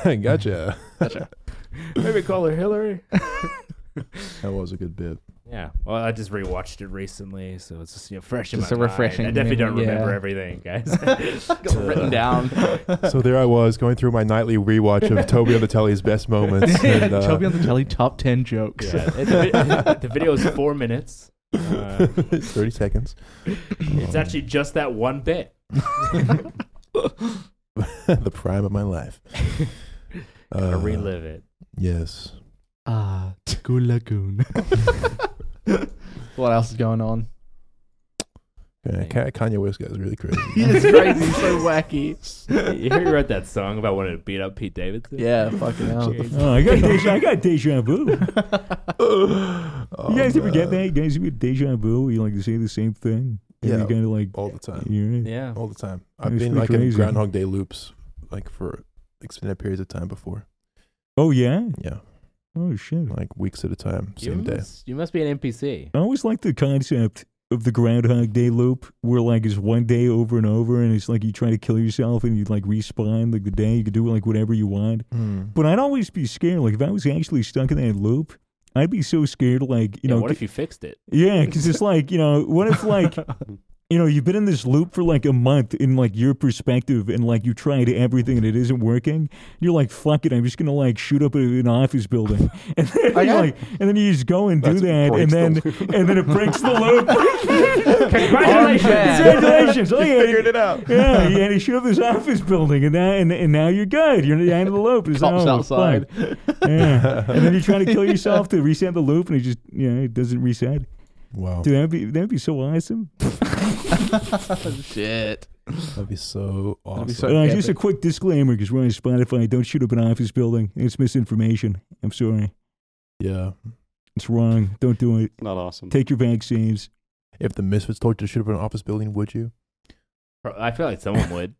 A: gotcha.
D: Maybe call her Hillary.
A: That was a good bit.
D: Yeah. Well, I just rewatched it recently, so it's just you know, fresh in
B: Just
D: my
B: a
D: mind.
B: refreshing
D: I definitely don't
B: memory,
D: remember
B: yeah.
D: everything, guys.
B: Got written down.
A: So there I was going through my nightly rewatch of Toby on the Telly's best moments. And, uh,
B: Chubby on the Telly top 10 jokes.
D: yeah. it- the, vi- the video is four minutes. Uh,
A: it's 30 seconds. Um,
D: it's actually just that one bit.
A: the prime of my life.
D: I
A: Uh,
D: relive it.
A: Yes.
B: Ah, Tegu Lagoon. what else is going on?
A: Yeah, Ka- Kanye West guy's really crazy.
B: It's crazy. He's so wacky.
D: You hear he wrote that song about wanting to beat up Pete Davidson?
B: Yeah, fucking hell.
D: Jeez.
E: Oh, I got deja, I got deja vu. You
A: Oh,
E: guys ever
D: uh,
E: get
A: man.
E: that? You guys ever get deja vu? You like to say the same thing? And
A: Yeah.
E: You kind of like.
A: All the time.
E: you're right.
D: Uh, Yeah.
A: All the time. I've
E: It's
A: been
E: pretty
A: like in
E: crazy.
A: Groundhog Day loops, like for extended periods of time before.
E: Oh yeah.
A: Yeah,
E: Oh shit.
A: like weeks at a time,
D: You
A: same day.
D: must, you must be an NPC.
E: I always like the concept of the Groundhog Day loop, where like it's one day over and over, and it's like you try to kill yourself and you like respawn like the day. You could do like whatever you want.
D: Hmm.
E: But I'd always be scared. Like if I was actually stuck in that loop, I'd be so scared. Like you
D: yeah,
E: know,
D: what if you fixed it?
E: yeah, because it's like you know, what if like. You know, you've been in this loop for like a month in like your perspective, and like you tried everything and it isn't working. You're like, "Fuck it, I'm just gonna like shoot up a- an office building," and then
B: Okay.
E: you're like, and then you just go and do
C: That's
E: that, and
C: breaks the
E: then and then it breaks the loop. Oh,
D: Congratulations!
E: Congratulations! oh, you figured it out. Yeah, you had to shoot up this office building, and now and, and now you're good. You're out of the loop. It's
B: Cops
E: oh,
B: outside.
E: fuck. Yeah, and then you're trying to kill yourself to reset the loop, and it just you know it doesn't reset.
A: Wow,
E: Dude, that'd be that'd be so awesome.
B: Shit.
A: that'd be so awesome.
B: be so-
E: Uh,
B: Okay,
E: just a
B: but-
E: quick disclaimer, because we're on Spotify. Don't shoot up an office building. It's misinformation. I'm sorry.
A: yeah,
E: It's wrong. Don't do it.
C: Not awesome.
E: Take your vaccines.
A: if the Misfits told you to shoot up an office building, would you?
D: I feel like someone would.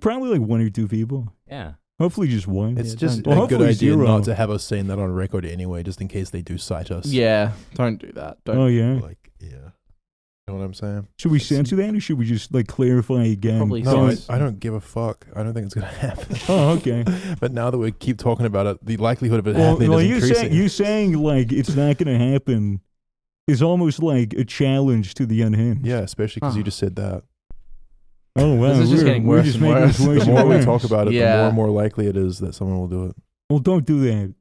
E: Probably like one or two people.
D: Yeah.
E: Hopefully, just one.
A: It's
B: Yeah,
A: just
E: don't- Well,
A: a good
E: hopefully
A: idea
E: zero.
A: not to have us saying that on record anyway, just in case they do cite us.
B: Yeah, don't do that. Don't.
E: Oh yeah.
A: like yeah. You know what I'm saying?
E: Should we censor that, or should we just like clarify again?
B: Probably
A: No, I,
B: Yes.
A: I don't give a fuck. I don't think it's gonna happen.
E: Oh, okay.
A: But now that we keep talking about it, the likelihood of it
E: well,
A: happening
E: well,
A: is
E: you
A: increasing.
E: saying you saying like it's not going to happen is almost like a challenge to the unhinged.
A: yeah, especially because
B: Huh.
A: you just said that.
E: Oh wow,
B: This is just
E: we're,
B: getting
E: we're
B: worse
E: just
B: and
E: making this
B: worse.
E: worse
A: The
E: and
A: more we
E: worse.
A: talk about it, the more
B: Yeah.
A: and more likely it is that someone will do it.
E: Well, don't do that.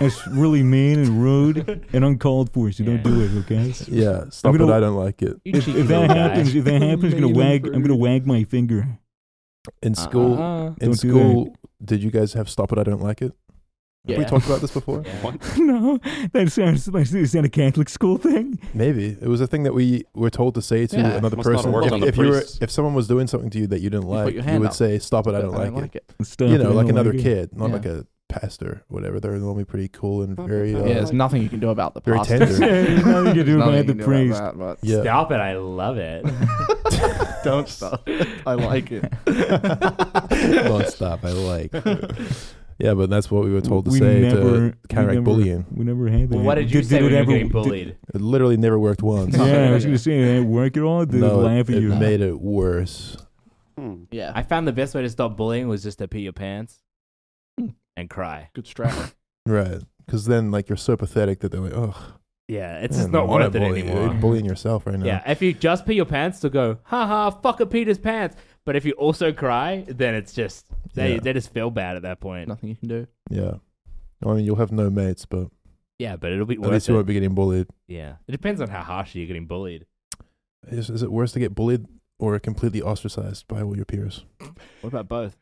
E: That's really mean and rude and uncalled for. So
D: Yeah.
E: don't do it, okay?
A: Yeah, stop it.
E: gonna-
A: I don't like it.
B: You
E: If,
B: cheeky
E: if that
B: little guy.
E: happens, if that happens, I'm gonna
F: Mean
E: wag.
F: and
E: I'm gonna
F: rude.
E: wag my finger.
A: In school, in
B: Uh-uh.
E: Don't do that.
A: school, did you guys have stop it? I don't like it. Have we
B: Yeah.
A: talked about this before?
B: Yeah.
C: What?
E: no, that sounds like is that a Catholic school thing?
A: Maybe it was a thing that we were told to say to
B: Yeah.
A: another
C: Must not
A: person.
C: work
A: If,
C: on the
A: if you were,
C: priests.
A: if someone was doing something to you that you didn't
B: You put
A: like,
B: your
A: you,
B: hand
A: would
B: up.
A: say, "Stop it! I don't,
B: I
A: like, it."
E: Stop,
A: You
E: I
A: know,
E: don't
A: like another
E: it.
A: kid, not
B: Yeah.
A: like a pastor, whatever. They're normally pretty cool and
C: Stop it,
A: very. Uh,
C: I don't
B: yeah,
C: like
B: there's nothing you can do about the
A: Very
B: pastor.
A: tender.
E: There's nothing Uh-huh. you can
B: Nothing
E: do about
B: you
E: the
B: can do
E: priest.
B: that, but
A: yeah.
D: Stop it! I love it.
B: Don't stop. I like it.
A: don't stop. I like. yeah, but that's what we were told to
E: We
A: say
E: never-
A: to counteract
E: we never-
A: bullying.
E: We never had that.
D: well, what did you say
E: it
D: when you were
E: ever-
D: getting
E: did-
D: bullied?
A: It literally never worked once.
E: yeah, I was gonna say, did it work at all? Did
A: no,
E: it laugh
A: it,
E: at you?
A: made it worse.
C: Hmm.
B: Yeah.
D: I found the best way to stop bullying was just to pee your pants and cry.
B: good strap.
A: Right. Because then, like, you're so pathetic that they're like, oh,
D: Yeah, it's just not worth it anymore.
A: You're bullying yourself right now.
D: Yeah, if you just pee your pants, they'll go, ha ha, fuck a Peter's pants. But if you also cry, then it's just, they,
A: Yeah.
D: they just feel bad at that point.
B: Nothing you can do.
A: Yeah. I mean, you'll have no mates, but
D: Yeah, but it'll be
A: at
D: worth
A: least you
D: it.
A: won't be getting bullied.
D: Yeah. It depends on how harshly you're getting bullied.
A: Is, is it worse to get bullied or completely ostracized by all your peers?
B: What about both?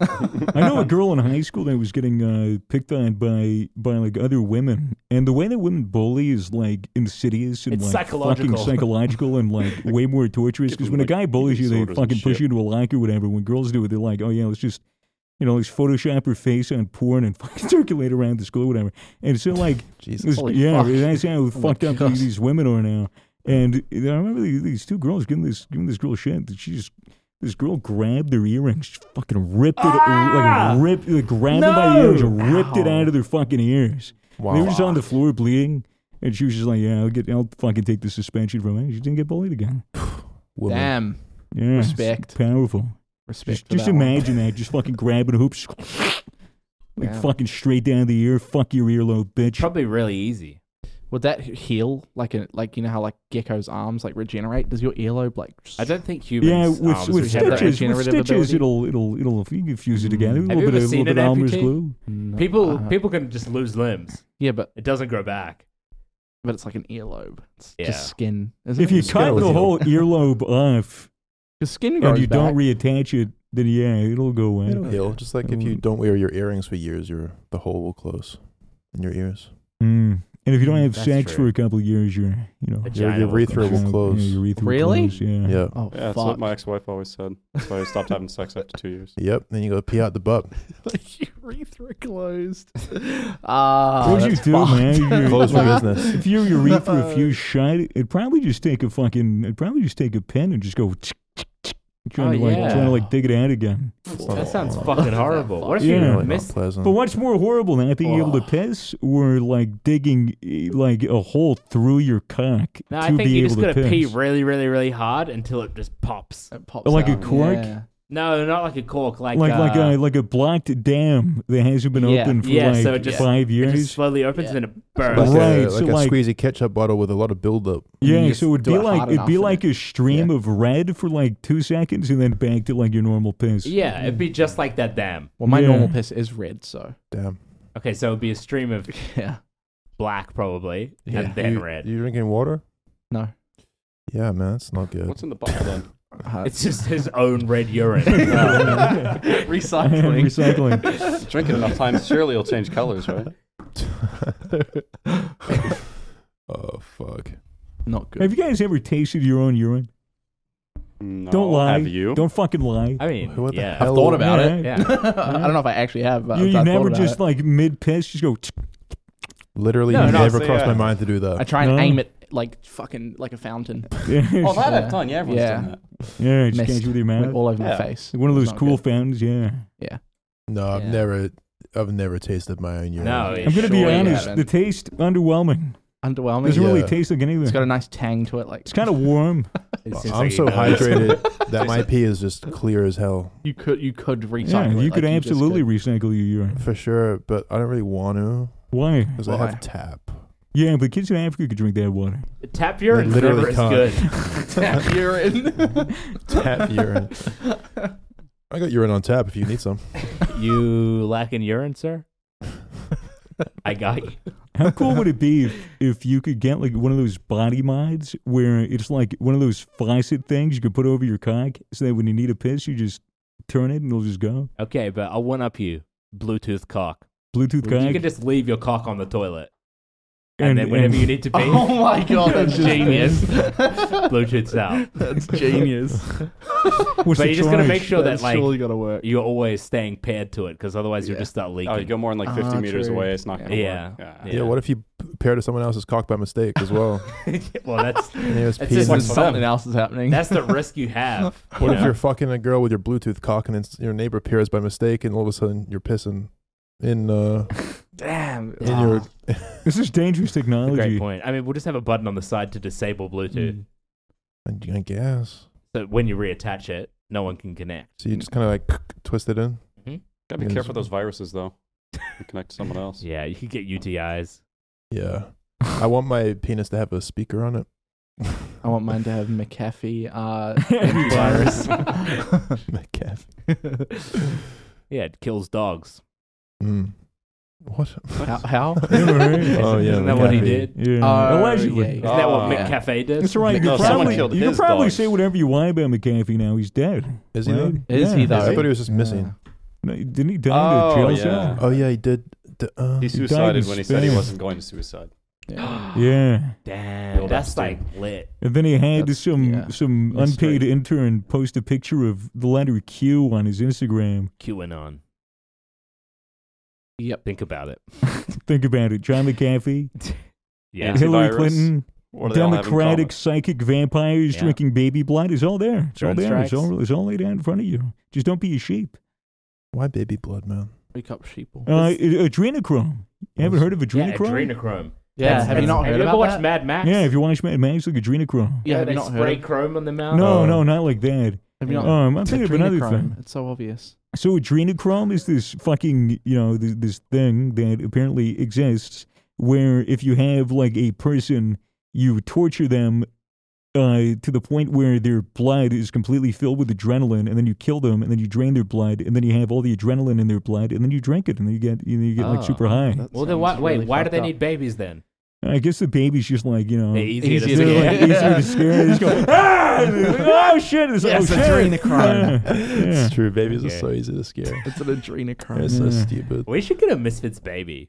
E: I know a girl in high school that was getting uh, picked on by by like other women, and the way that women bully is like insidious and
D: It's
E: like
D: psychological.
E: fucking psychological, and like way more torturous.
C: Give
E: Because
C: them,
E: when a
C: like,
E: guy bullies
C: eating
E: you, they
C: disorders and
E: fucking push
C: shit.
E: you into a locker or whatever. When girls do it, they're like, "Oh yeah, let's just." You know, let's Photoshop her face on porn and fucking circulate around the school, or whatever. And so, like,
A: Jesus.
E: This-
B: Holy
E: yeah,
B: fuck. Oh
E: that's how
B: my
E: fucked up
B: God.
E: these, these women are now. And I remember these, these two girls giving this giving this girl shit. That she just this girl grabbed their earrings, she fucking ripped it,
D: Ah!
E: like ripped, like, grabbed them by the
D: No!
E: earrings and ripped it
D: Ow.
E: out of their fucking ears.
A: Wow.
E: They were just on the floor bleeding, and she was just like, "Yeah, I'll get, I'll fucking take the suspension from it." She didn't get bullied again.
A: Woman.
B: Damn.
E: Yeah, it's
B: Respect.
E: powerful.
B: Respect.
E: Just,
B: for
E: just
B: that one.
E: imagine that, just fucking grabbing hoops, like
B: Damn.
E: fucking straight down the ear. Fuck your earlobe, bitch.
D: Probably really easy.
B: Would that heal like a like you know how like gecko's arms like regenerate? Does your earlobe like?
D: I don't think humans.
E: Yeah, with,
D: arms
E: with
D: would have that
E: stitches, with
D: regenerative
E: stitches,
D: ability.
E: it'll it'll it'll if you fuse it together.
B: Mm.
E: A
D: Have
E: little
D: you
E: bit
D: ever
E: of a little
D: seen
E: bit of
D: an
E: Elmer's
D: amputee?
E: glue.
B: No,
D: People,
B: uh,
D: people can just lose limbs.
B: Yeah, but
D: It doesn't grow back.
B: but it's like an earlobe. It's
D: Yeah.
B: just skin. Isn't
E: If
B: it?
E: you
A: skin
E: cut
A: was
E: the
A: healed.
E: whole earlobe off
B: your skin grows
E: and you
B: back.
E: don't reattach it, then yeah, it'll go away.
A: It'll heal. Just like if you
E: Um,
A: don't wear your earrings for years, your the hole will close in your ears.
E: Mm. And if you don't
D: Mm,
E: have
D: that's
E: sex
D: true.
E: for a couple of years, you're you know
A: Your
D: Vagina will
A: urethra
D: grow.
A: will
E: yeah,
A: close.
E: your urethra will
B: Really?
E: close, yeah.
A: Yeah.
B: oh
C: Yeah, that's
B: fuck!
C: what my ex-wife always said. That's why I stopped having sex after two years.
A: Yep. Then you go pee out the butt.
B: urethra closed. Ah,
D: Oh,
E: What'd you
B: that's
E: do,
B: fucked.
E: man? You-
A: Close for
E: like,
A: business.
E: If your urethra fuse shut, it'd probably just take a fucking. It'd probably just take a pin and just go. Trying
D: Oh,
E: to like
D: yeah.
E: trying to like dig it out again.
D: That sounds
A: Oh,
D: fucking horrible. What if you
E: Yeah.
A: Really not
D: miss?
A: pleasant.
E: But what's more horrible than not being able to piss or like digging eh, like a hole through your cock
D: No,
E: to
D: I think
E: be
D: you
E: able
D: just gotta
E: to
D: pee
E: piss?
D: really, really, really hard until it just pops.
B: It pops
E: Like a
B: out,
E: cork?
B: yeah.
D: No, not like a cork. Like
E: like
D: uh,
E: like a like a blocked dam that hasn't been
B: Yeah.
E: open for
D: Yeah,
E: like
D: so it just-
E: five
D: It
E: years.
D: just slowly opens
B: Yeah.
D: and it
A: like,
D: burns.
E: Right,
A: a,
E: so
A: like a
E: like-
A: squeezy ketchup bottle with a lot of buildup.
B: You
E: yeah,
B: just
E: so it'd
B: do
E: be
B: it hard
E: like it'd
B: enough
E: be
B: and
E: like a stream
B: yeah.
E: of red for like two seconds and then back to like your normal piss.
D: Yeah, it'd be just like that dam.
B: Well, my
E: Yeah.
B: normal piss is red, so
A: Damn.
D: Okay, so it'd be a stream of
B: yeah.
D: black probably,
B: Yeah.
D: and then
A: you,
D: red.
A: You drinking water?
B: No,
A: Yeah, man. That's not good.
C: What's in the bottle then?
B: uh,
D: it's just his own red urine. Wow.
B: recycling.
E: Recycling.
C: Drink it enough times, surely it'll change colors, right?
A: oh fuck.
B: Not good.
E: Have you guys ever tasted your own urine?
C: No,
E: Don't lie.
C: Have you?
E: Don't fucking lie.
D: I mean,
A: What the
D: yeah,
A: hell?
B: thought about it.
E: Yeah.
D: yeah.
B: I don't know if I actually have, but
E: You,
B: I've
E: you
B: thought
E: never
B: about
E: just
B: it.
E: like mid piss, just go.
A: Literally
D: No, no,
A: never
C: so
A: crossed
C: yeah.
A: my mind to do that.
B: I try and
E: No.
B: aim it like fucking like a fountain.
C: Oh, that
B: Yeah.
C: I've done. Yeah, everyone's
B: Yeah.
C: done that.
E: yeah, just
B: Missed.
E: catch with your
B: Went
E: mouth.
B: all over my
C: Yeah.
B: face.
E: One of
B: It's
E: those
B: not
E: cool
B: good.
E: fountains, yeah.
A: no, I've
B: Yeah.
A: never I've never tasted my own urine.
D: No,
E: I'm gonna be
B: Surely you
E: honest. The
B: haven't.
E: taste underwhelming. It
B: underwhelming.
E: doesn't really
A: Yeah.
E: taste like anything.
B: It's
E: It's,
B: got a nice tang to it. Like
E: kind of warm.
D: It
A: Well,
D: seems
A: I'm
D: like
A: so
D: you know this.
A: hydrated that my pee is just clear as hell
B: you could you could
E: yeah,
B: recycle.
E: you
B: it, like
E: could
B: just
E: absolutely recycle your urine.
A: for sure. But I don't really want to
E: Why?
A: because I
B: Why?
A: have tap.
E: Yeah, but kids in Africa could drink that water.
D: Tap urine
A: They literally
D: never is
A: can't.
D: good.
B: Tap urine.
A: Tap urine. I got urine on tap if you need some.
D: You lack in urine, sir? I got you.
E: How cool would it be if, if you could get like one of those body mods where it's like one of those faucet things you could put over your cock so that when you need a piss, you just turn it and it'll just go?
D: Okay, but I'll one up you. Bluetooth cock.
E: Bluetooth cock.
D: You can just leave your cock on the toilet. And,
E: And-
D: then whenever
E: and-
D: you need to pee,
B: oh my god, that's
D: genius.
B: genius.
D: Bluetooth's out.
B: that's genius.
E: What's
D: but
E: the
D: you just got to
E: charge?
D: make sure that,
B: that's
D: like,
B: surely gotta work.
D: you're always staying paired to it because otherwise you'll
C: Yeah.
D: just start leaking.
C: Oh, you go more than like 50
B: Ah,
C: meters
B: true.
C: away. It's not gonna
D: Yeah.
C: work. Yeah.
A: Yeah. what if you p- pair to someone else's cock by mistake as well?
D: well, that's
A: And it was
D: That's
A: peeing
D: just
B: When
A: in-
D: what's-
B: something else is happening.
D: that's the risk you have. you
A: What if
D: know?
A: you're fucking a girl with your Bluetooth cock and then s- your neighbor peers by mistake and all of a sudden you're pissing in uh
B: Damn. Ah.
A: in your
E: This is dangerous
D: Great
E: technology.
D: point. I mean, we'll just have a button on the side to disable Bluetooth.
A: I guess.
D: So when you reattach it, no one can connect.
A: So you just kind of like twist it in.
C: Mm-hmm. Gotta be
A: Yeah,
C: careful with
A: that's-
C: those viruses though. You connect to someone else.
D: Yeah, you could get UTIs.
A: Yeah. I want my penis to have a speaker on it.
B: I want mine to have McAfee uh,
A: Antivirus.
B: antivirus.
A: Metcalf.
D: Yeah, it kills dogs.
A: Mm. What?
B: how? how?
E: Never heard.
A: Oh, yeah,
D: Isn't that what he
A: McAfee.
D: did?
E: Yeah.
B: Oh,
E: Allegedly.
B: yeah,
D: Isn't that what
C: Oh, yeah.
D: McCafe did?
E: That's right. You
C: No,
E: can
C: someone
E: probably,
C: killed
E: you can
C: his
E: probably
C: dogs.
E: say whatever you want about McAfee now. He's dead.
A: Is he
E: right?
A: though?
B: Is he, though?
A: I thought he was just missing.
E: No, didn't he die
C: Oh,
E: in a jail
C: yeah.
E: cell?
A: Oh yeah, he did. D- uh,
C: He
E: died
C: suicided
E: in
C: when he said he
E: Spain.
C: wasn't going to suicide.
B: Yeah.
E: Oh, Yeah.
D: Damn,
C: Build
D: that's like
C: Epstein.
D: lit.
E: And then he had
B: That's-
E: some
B: yeah.
E: some
B: That's
E: unpaid
B: right.
E: intern post a picture of the letter Q on his Instagram.
D: QAnon.
B: Yep.
D: Think about it.
E: Think about it: John McAfee,
D: Yeah.
C: Anti-
E: Hillary
C: Antivirus.
E: Clinton,
C: What do they all have in common?
E: Democratic psychic vampires
D: Yeah.
E: drinking baby blood. It's all there. It's all
D: Drone
E: there.
D: strikes.
E: It's all it's all laid out in front of you. Just don't be a sheep.
A: why baby blood, man?
B: Wake up, sheeple.
E: Uh, adrenochrome. You haven't heard of
D: yeah,
E: adrenochrome?
D: adrenochrome.
B: yeah.
D: That's-
B: Have you
D: that's-
B: not
D: have
B: heard
D: you ever
B: about
D: watched
B: that?
D: Mad Max?
E: Yeah, if you watch Mad Max, like adrenochrome.
B: Yeah,
D: yeah,
B: have
D: they
B: you not
D: spray
B: heard?
D: chrome on the mouth.
E: No,
A: Oh.
E: no, not like that.
B: Have you not?
E: Um, I'm thinking of another
B: Adrenochrome.
E: thing.
B: It's so obvious.
E: So adrenochrome is this fucking, you know, this, this thing that apparently exists where if you have like a person, you torture them uh, to the point where their blood is completely filled with adrenaline, and then you kill them, and then you drain their blood, and then you have all the adrenaline in their blood, and then you drink it, and then you get, you, know, you get
D: Ah.
E: like super high.
B: That
D: Well, then
B: sounds
D: why, wait,
B: really
D: why do
B: fucked
D: they
B: up.
D: need babies then?
E: I guess the baby's just like, you know,
D: They're easier to
B: easier to
E: they're
D: scare.
E: like
B: Yeah.
E: easier to scare. They just go, ah! And they're like, oh shit! It's,
B: Yes,
E: oh, shit.
B: adrenochrome.
E: Yeah.
A: It's true. Babies
D: Okay.
A: are so easy to scare.
B: It's an adrenochrome.
A: It's so
E: Yeah.
A: stupid.
D: We should get a Misfits baby.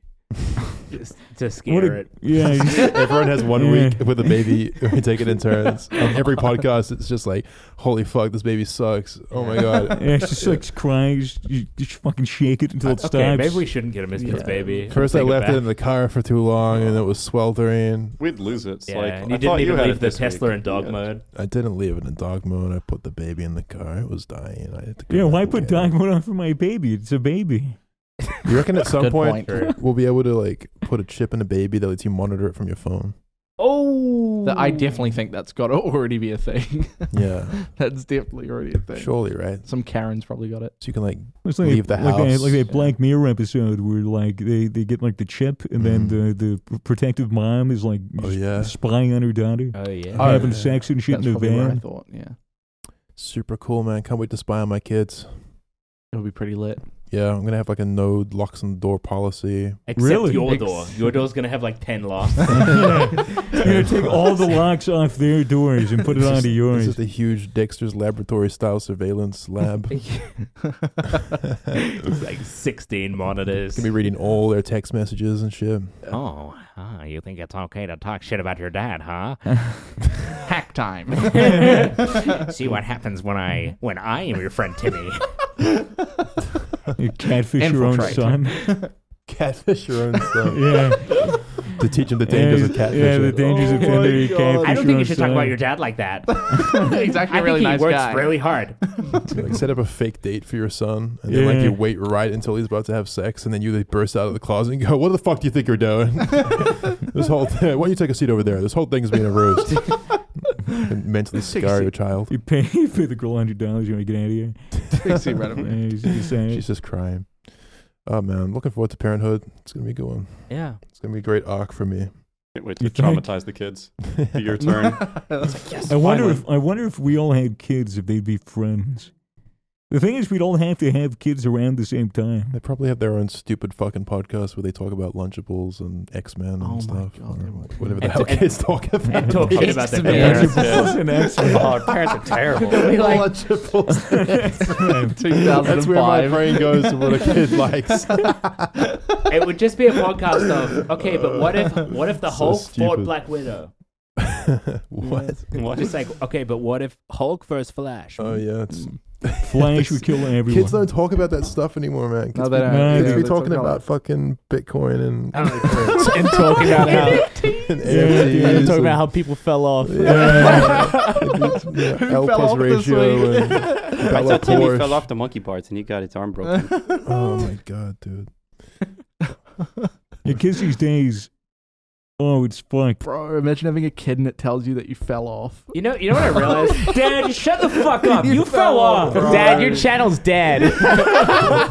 D: Just to scare
E: What a-
D: it.
E: yeah,
A: Everyone has one
E: Yeah.
A: week with a baby. We take it in turns. On every podcast, it's just like, holy fuck, this baby sucks. Oh my god.
E: Yeah, she sucks, cries. You just fucking shake it until it stops.
D: Okay, maybe we shouldn't get a Misfits
B: Yeah.
D: baby.
A: First, I
D: Take
A: left
D: back.
A: it in the car for too long, and it was sweltering.
C: We'd lose it. It's
D: Yeah,
C: like
D: and
C: I
D: you
C: thought
D: didn't even
C: had
D: leave
C: it
D: the
C: this
D: Tesla
C: week.
D: in dog
C: Yeah.
D: mode.
A: I didn't leave it in dog mode. I put the baby in the car. It was dying. I had to go
E: yeah, why
A: back
E: put
A: and get it.
E: dog mode on for my baby? It's a baby.
A: You reckon at some
B: Good
A: point,
B: point.
A: we'll be able to like put a chip in a baby that lets you monitor it from your phone?
D: Oh,
B: That I definitely think that's got to already be a thing.
A: Yeah,
B: that's definitely already a thing.
A: surely, right?
B: Some Karen's probably got it.
A: So you can like,
E: It's like
A: Leave the
E: like That,
A: house.
E: like that Black Mirror episode where like they, they get like the chip and then
A: Mhm.
E: the, the pr- protective mom is like
A: oh
E: just
A: yeah,
E: spying on her daughter,
D: Oh yeah.
A: Oh,
E: having
A: yeah.
E: sex and shit
B: That's
E: in the
B: probably what I
E: van.
B: thought. Yeah,
A: super cool, man. Can't wait to spy on my kids.
B: it'll be pretty lit.
A: Yeah, I'm gonna have like a no locks on the door policy.
D: Except
E: Really?
D: your
B: Ex-
D: door. Your door's gonna have like ten locks.
E: You're gonna take all the locks off their doors and put it
A: It's just-
E: onto
A: It's
E: yours.
A: just a huge Dexter's Laboratory style surveillance lab.
D: It's like sixteen monitors.
A: Can be reading all their text messages and shit.
D: Oh, huh, you think it's okay to talk shit about your dad, huh?
B: Hack time.
D: See what happens when I when I am your friend Timmy.
E: You catfish your own
B: Infiltrate.
E: son.
A: Catfish your own son.
E: yeah.
A: to teach him the dangers
E: yeah,
A: of catfish.
E: Yeah, the dangers of Tinder. you
F: God.
E: catfish
D: I don't think you should talk
E: online.
D: about your dad like that.
B: He's actually
D: I
B: a really nice
D: think he works
B: guy.
D: really hard.
A: Like set up a fake date for your son, and then like
E: Yeah.
A: you wait right until he's about to have sex, and then you like, burst out of the closet and go, "What the fuck do you think you're doing? this whole thing. Why don't you take a seat over there? This whole thing's being a ruse." and mentally scar your child.
E: You pay, you pay the girl hundred dollars. You want to get out of here?
B: Pixie right over
E: Yeah, he's just saying.
A: She's just crying. Oh man, looking forward to parenthood. It's gonna be a good one.
B: Yeah.
A: It's gonna be a great arc for me.
C: Can't wait
E: You
C: to
E: think?
C: traumatize the kids. Be your turn.
E: I wonder
B: Finally.
E: if I wonder if we all had kids if they'd be friends. The thing is, we'd all have to have kids around the same time.
A: They probably have their own stupid fucking podcast where they talk about Lunchables and X Men and
B: Oh my
A: stuff.
B: God,
A: or
B: they would.
A: whatever the
D: And-
A: hell
D: and-
A: kids talk about.
D: And talk shit about their
B: Yeah.
D: parents.
E: Lunchables and X-Men.
D: Oh, parents are terrible. They'll be like,
A: That's where my brain goes to what a kid likes.
D: it would just be a podcast of okay, but what if what if the
A: So
D: Hulk fought
A: stupid.
D: Black Widow?
A: what?
C: What?
D: Just like okay, but what if Hulk versus Flash?
A: Oh yeah, it's,
E: Flash would kill everyone.
A: kids don't talk about that stuff anymore, man. Kids,
B: No, they
A: be,
B: don't.
E: Yeah,
A: kids
E: they
A: be
B: don't
A: talking
B: talk
A: about
B: about
A: fucking Bitcoin and,
D: I don't know.
B: and talking about how
A: and
E: Yeah,
A: NFTs
F: And talking about
A: and-
F: how people fell off.
A: yeah, It's- yeah, L
B: fell
A: plus
B: off this
A: ratio
B: week?
A: and
C: I
A: Bella
C: thought Timmy fell
A: Porsche.
C: off the monkey bars and he got his arm broken.
A: Oh my god, dude,
E: Your kids these days. Oh, it's fucked.
B: Bro, imagine having a kid and it tells you that you fell off.
D: You know, you know what I realized?
F: Dad, shut the fuck
B: up. You fell off. Dad, your
F: channel's dead.
D: I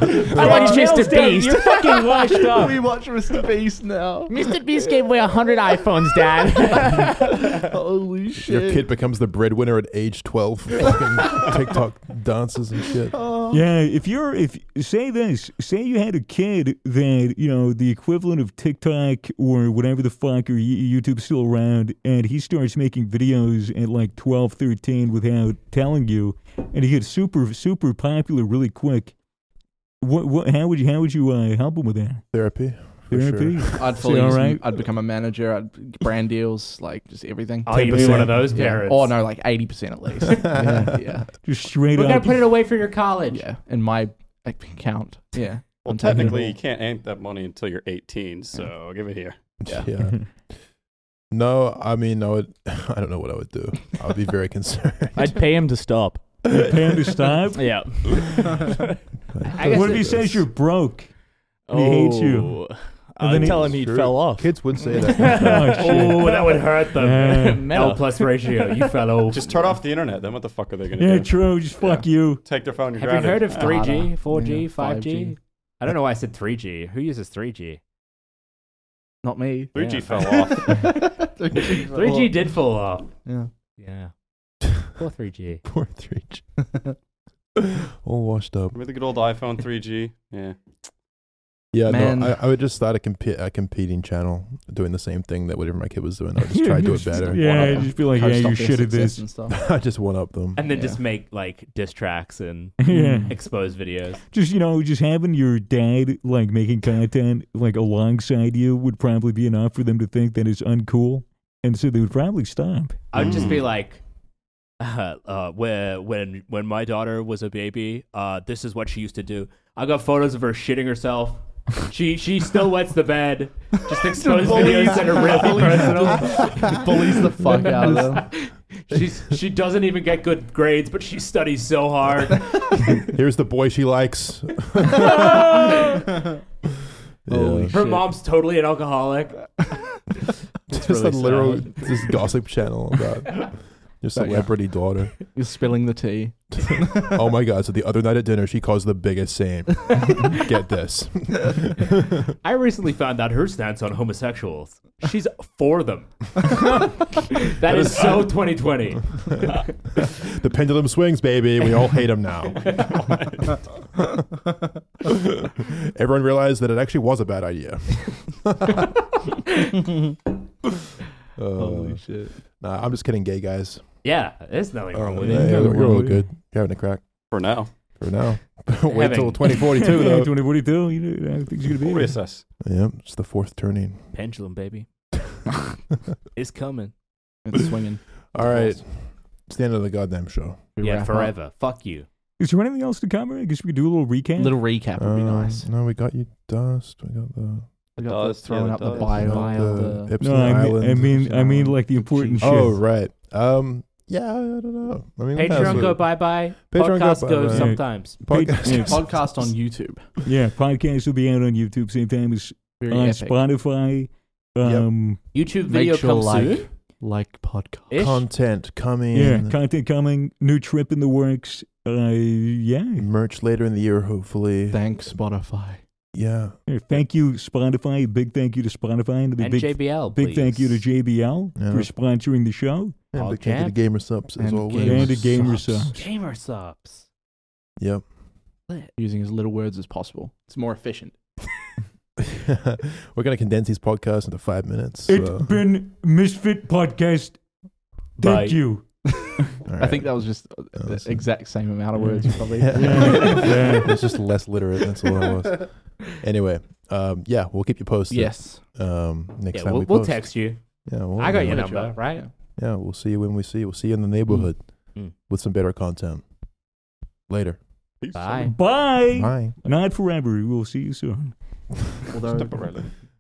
D: watch Mr. Beast.
F: You're fucking washed up.
B: we watch Mr. Beast now.
D: Mr. Beast gave away hundred iPhones, Dad.
B: Holy shit.
A: your kid becomes the breadwinner at age twelve. Fucking TikTok dances and shit.
B: Oh.
D: Oh.
E: Yeah, if you're if say this, say you had a kid that you know the equivalent of TikTok or whatever the fuck or Y- YouTube's still around, and he starts making videos at like 12, 13 without telling you, and he gets super super popular really quick. What what? How would you how would you uh, help him with that?
A: Therapy, for
E: Therapy.
B: I'd
E: See,
B: fully just-
E: alright.
B: I'd become a manager. I'd brand deals, like just everything.
D: oh, you'd be one of those
B: yeah.
D: parents.
B: Or no, like eighty percent at least. yeah. yeah,
E: Just straight
D: We're gonna
E: up.
D: put it away for your college.
B: yeah, in my account. Yeah,
C: Well,
B: I'm
C: technically,
B: technical.
C: you can't aim that money until you're 18, so give it here.
A: sure. yeah. No, I mean, I would. I don't know what I would do. I would be very concerned.
F: I'd pay him to stop.
E: You'd pay him to stop.
F: Yeah.
D: I guess
E: what if
D: it-
E: he says you're broke? And he hates you.
D: Oh.
F: I
E: then he-
F: tell him he
A: True.
F: fell off.
A: Kids would say
E: Oh,
A: that.
E: shit.
D: Oh, that would hurt
E: Yeah.
D: them. L plus ratio, you fell off.
C: Just turn off the internet. Then what the fuck are they going to
E: Yeah,
C: do?
E: true. Just fuck you.
C: Take their phone and
D: Have you heard of
B: Ah,
D: 3G,
B: yeah,
D: 4G, 5G?
B: 5G.
D: I don't know why I said 3G. Who uses 3G?
B: not me.
C: 3G
D: Yeah.
C: fell off.
B: 3G,
D: 3G did fall off.
B: Yeah.
D: Yeah. Poor 3G.
A: Poor three G. All washed up.
C: Remember the good old iPhone 3G? Yeah.
A: Yeah,
B: Man.
A: no, I, I would just start a, comp- a competing channel doing the same thing that whatever my kid was doing. I would just try to do it better.
E: Yeah, just
A: Oh,
E: be like, yeah, you shit at this.
B: And stuff.
A: I just one up them.
D: And then
B: Yeah.
D: just make like diss tracks and
E: yeah.
D: expose videos.
E: Just you know, just having your dad like making content like alongside you would probably be enough for them to think that it's uncool, and so they would probably stop.
D: I would just be
C: Mm.
D: like, uh, uh, where, when when my daughter was a baby, uh, this is what she used to do. I got photos of her shitting herself. She she still wets the bed. Just expose
B: bullies-
D: videos that are really personal.
B: Bullies the fuck out of them.
D: She's she doesn't even get good grades, but she studies so hard.
A: Here's the boy she likes.
B: Holy
A: Yeah.
B: shit.
D: Her mom's totally an alcoholic.
A: Just
B: really
A: a literal
B: sad.
A: just gossip channel about your celebrity daughter.
B: You're spilling the tea.
A: Oh my god! So the other night at dinner, she caused the biggest scene. Get this.
D: I recently found out her stance on homosexuals. She's for them. that is so 2020.
A: The pendulum swings, baby. We all hate him now. Everyone realized that it actually was a bad idea. Uh,
B: Holy shit.
A: nah, I'm just kidding, gay guys.
D: Yeah, there's nothing wrong
A: Oh,
D: with
A: yeah,
D: it.
A: you're, you're all good. You're having a crack
C: For now.
A: for now. Wait till
D: Having-
A: 2042,
E: Yeah,
A: though.
E: 2042, you know, I think it's gonna be.
C: We'll
E: there.
C: reassess.
A: yep, it's the fourth turning.
D: Pendulum, baby. It's coming.
B: It's swinging.
A: all right, it's the end of the goddamn show.
B: We
D: yeah,
B: wrap up.
D: forever. Fuck you.
E: Is there anything else to cover? I guess we could do a little recap.
B: Little recap would be
A: Um,
B: nice.
A: No, we got you dust. We got the.
B: I
C: It
B: got
C: does,
B: thrown
C: yeah, it
B: out the
C: does.
B: bio.
A: the,
B: the-
A: Epstein
E: No, I mean,
A: Island.
E: I mean, I mean,
B: Island.
E: like the important shit.
A: oh right. Um. Yeah, I don't know. I mean,
D: Patreon go
A: go
D: bye bye.
A: Patreon go
D: Podcast
A: bye-bye.
D: goes sometimes.
A: podcast.
E: Yeah.
B: Podcast on YouTube.
E: yeah, podcast will be out on YouTube same time as
B: Very
E: on
B: epic.
E: Spotify.
A: Yep.
E: Um,
D: YouTube
B: Make
D: video
B: sure
D: comes
B: like-
D: soon.
B: Like podcast.
D: Ish.
A: Content coming.
E: yeah, content coming, new trip in the works. Uh, yeah.
A: merch later in the year, hopefully.
B: Thanks Spotify.
A: yeah.
E: Yeah, Thank you, Spotify. Big thank you to Spotify and a
D: and
E: big,
D: JBL.
E: big thank you to
D: Oh, please.
E: JBL
A: Yeah.
E: for sponsoring the show.
A: And
D: Paul
A: big thank you to
D: Jack.
A: Gamer Subs as
B: And
A: always.
B: Gamer
E: and to Gamer
B: Subs.
E: Subs.
D: Gamer subs.
A: Yep.
B: Using as little words as possible. It's more efficient.
A: We're gonna condense these podcasts into five minutes.
E: It's
A: so-
E: been Misfit Podcast.
D: Bye.
E: Thank you.
A: All
B: I
A: right.
B: think that was just
A: That
B: the
A: was-
B: exact same amount of words,
E: Yeah.
B: probably.
A: Yeah. Yeah. It's just less literate. That's all it was. Anyway, um, yeah, we'll keep you posted.
B: Yes.
A: Um, next
D: Yeah,
A: time
D: we'll,
A: we
D: we'll
A: post.
D: text you.
A: Yeah, we'll,
D: I got your
B: yeah.
D: number, right?
A: Yeah, we'll see you when we see you. We'll see you in the neighborhood
D: Mm.
A: with some better content. Later.
C: Peace.
D: Bye.
E: Bye.
A: Bye.
E: Not forever. We'll see you soon.
B: Although,
C: Temporarily.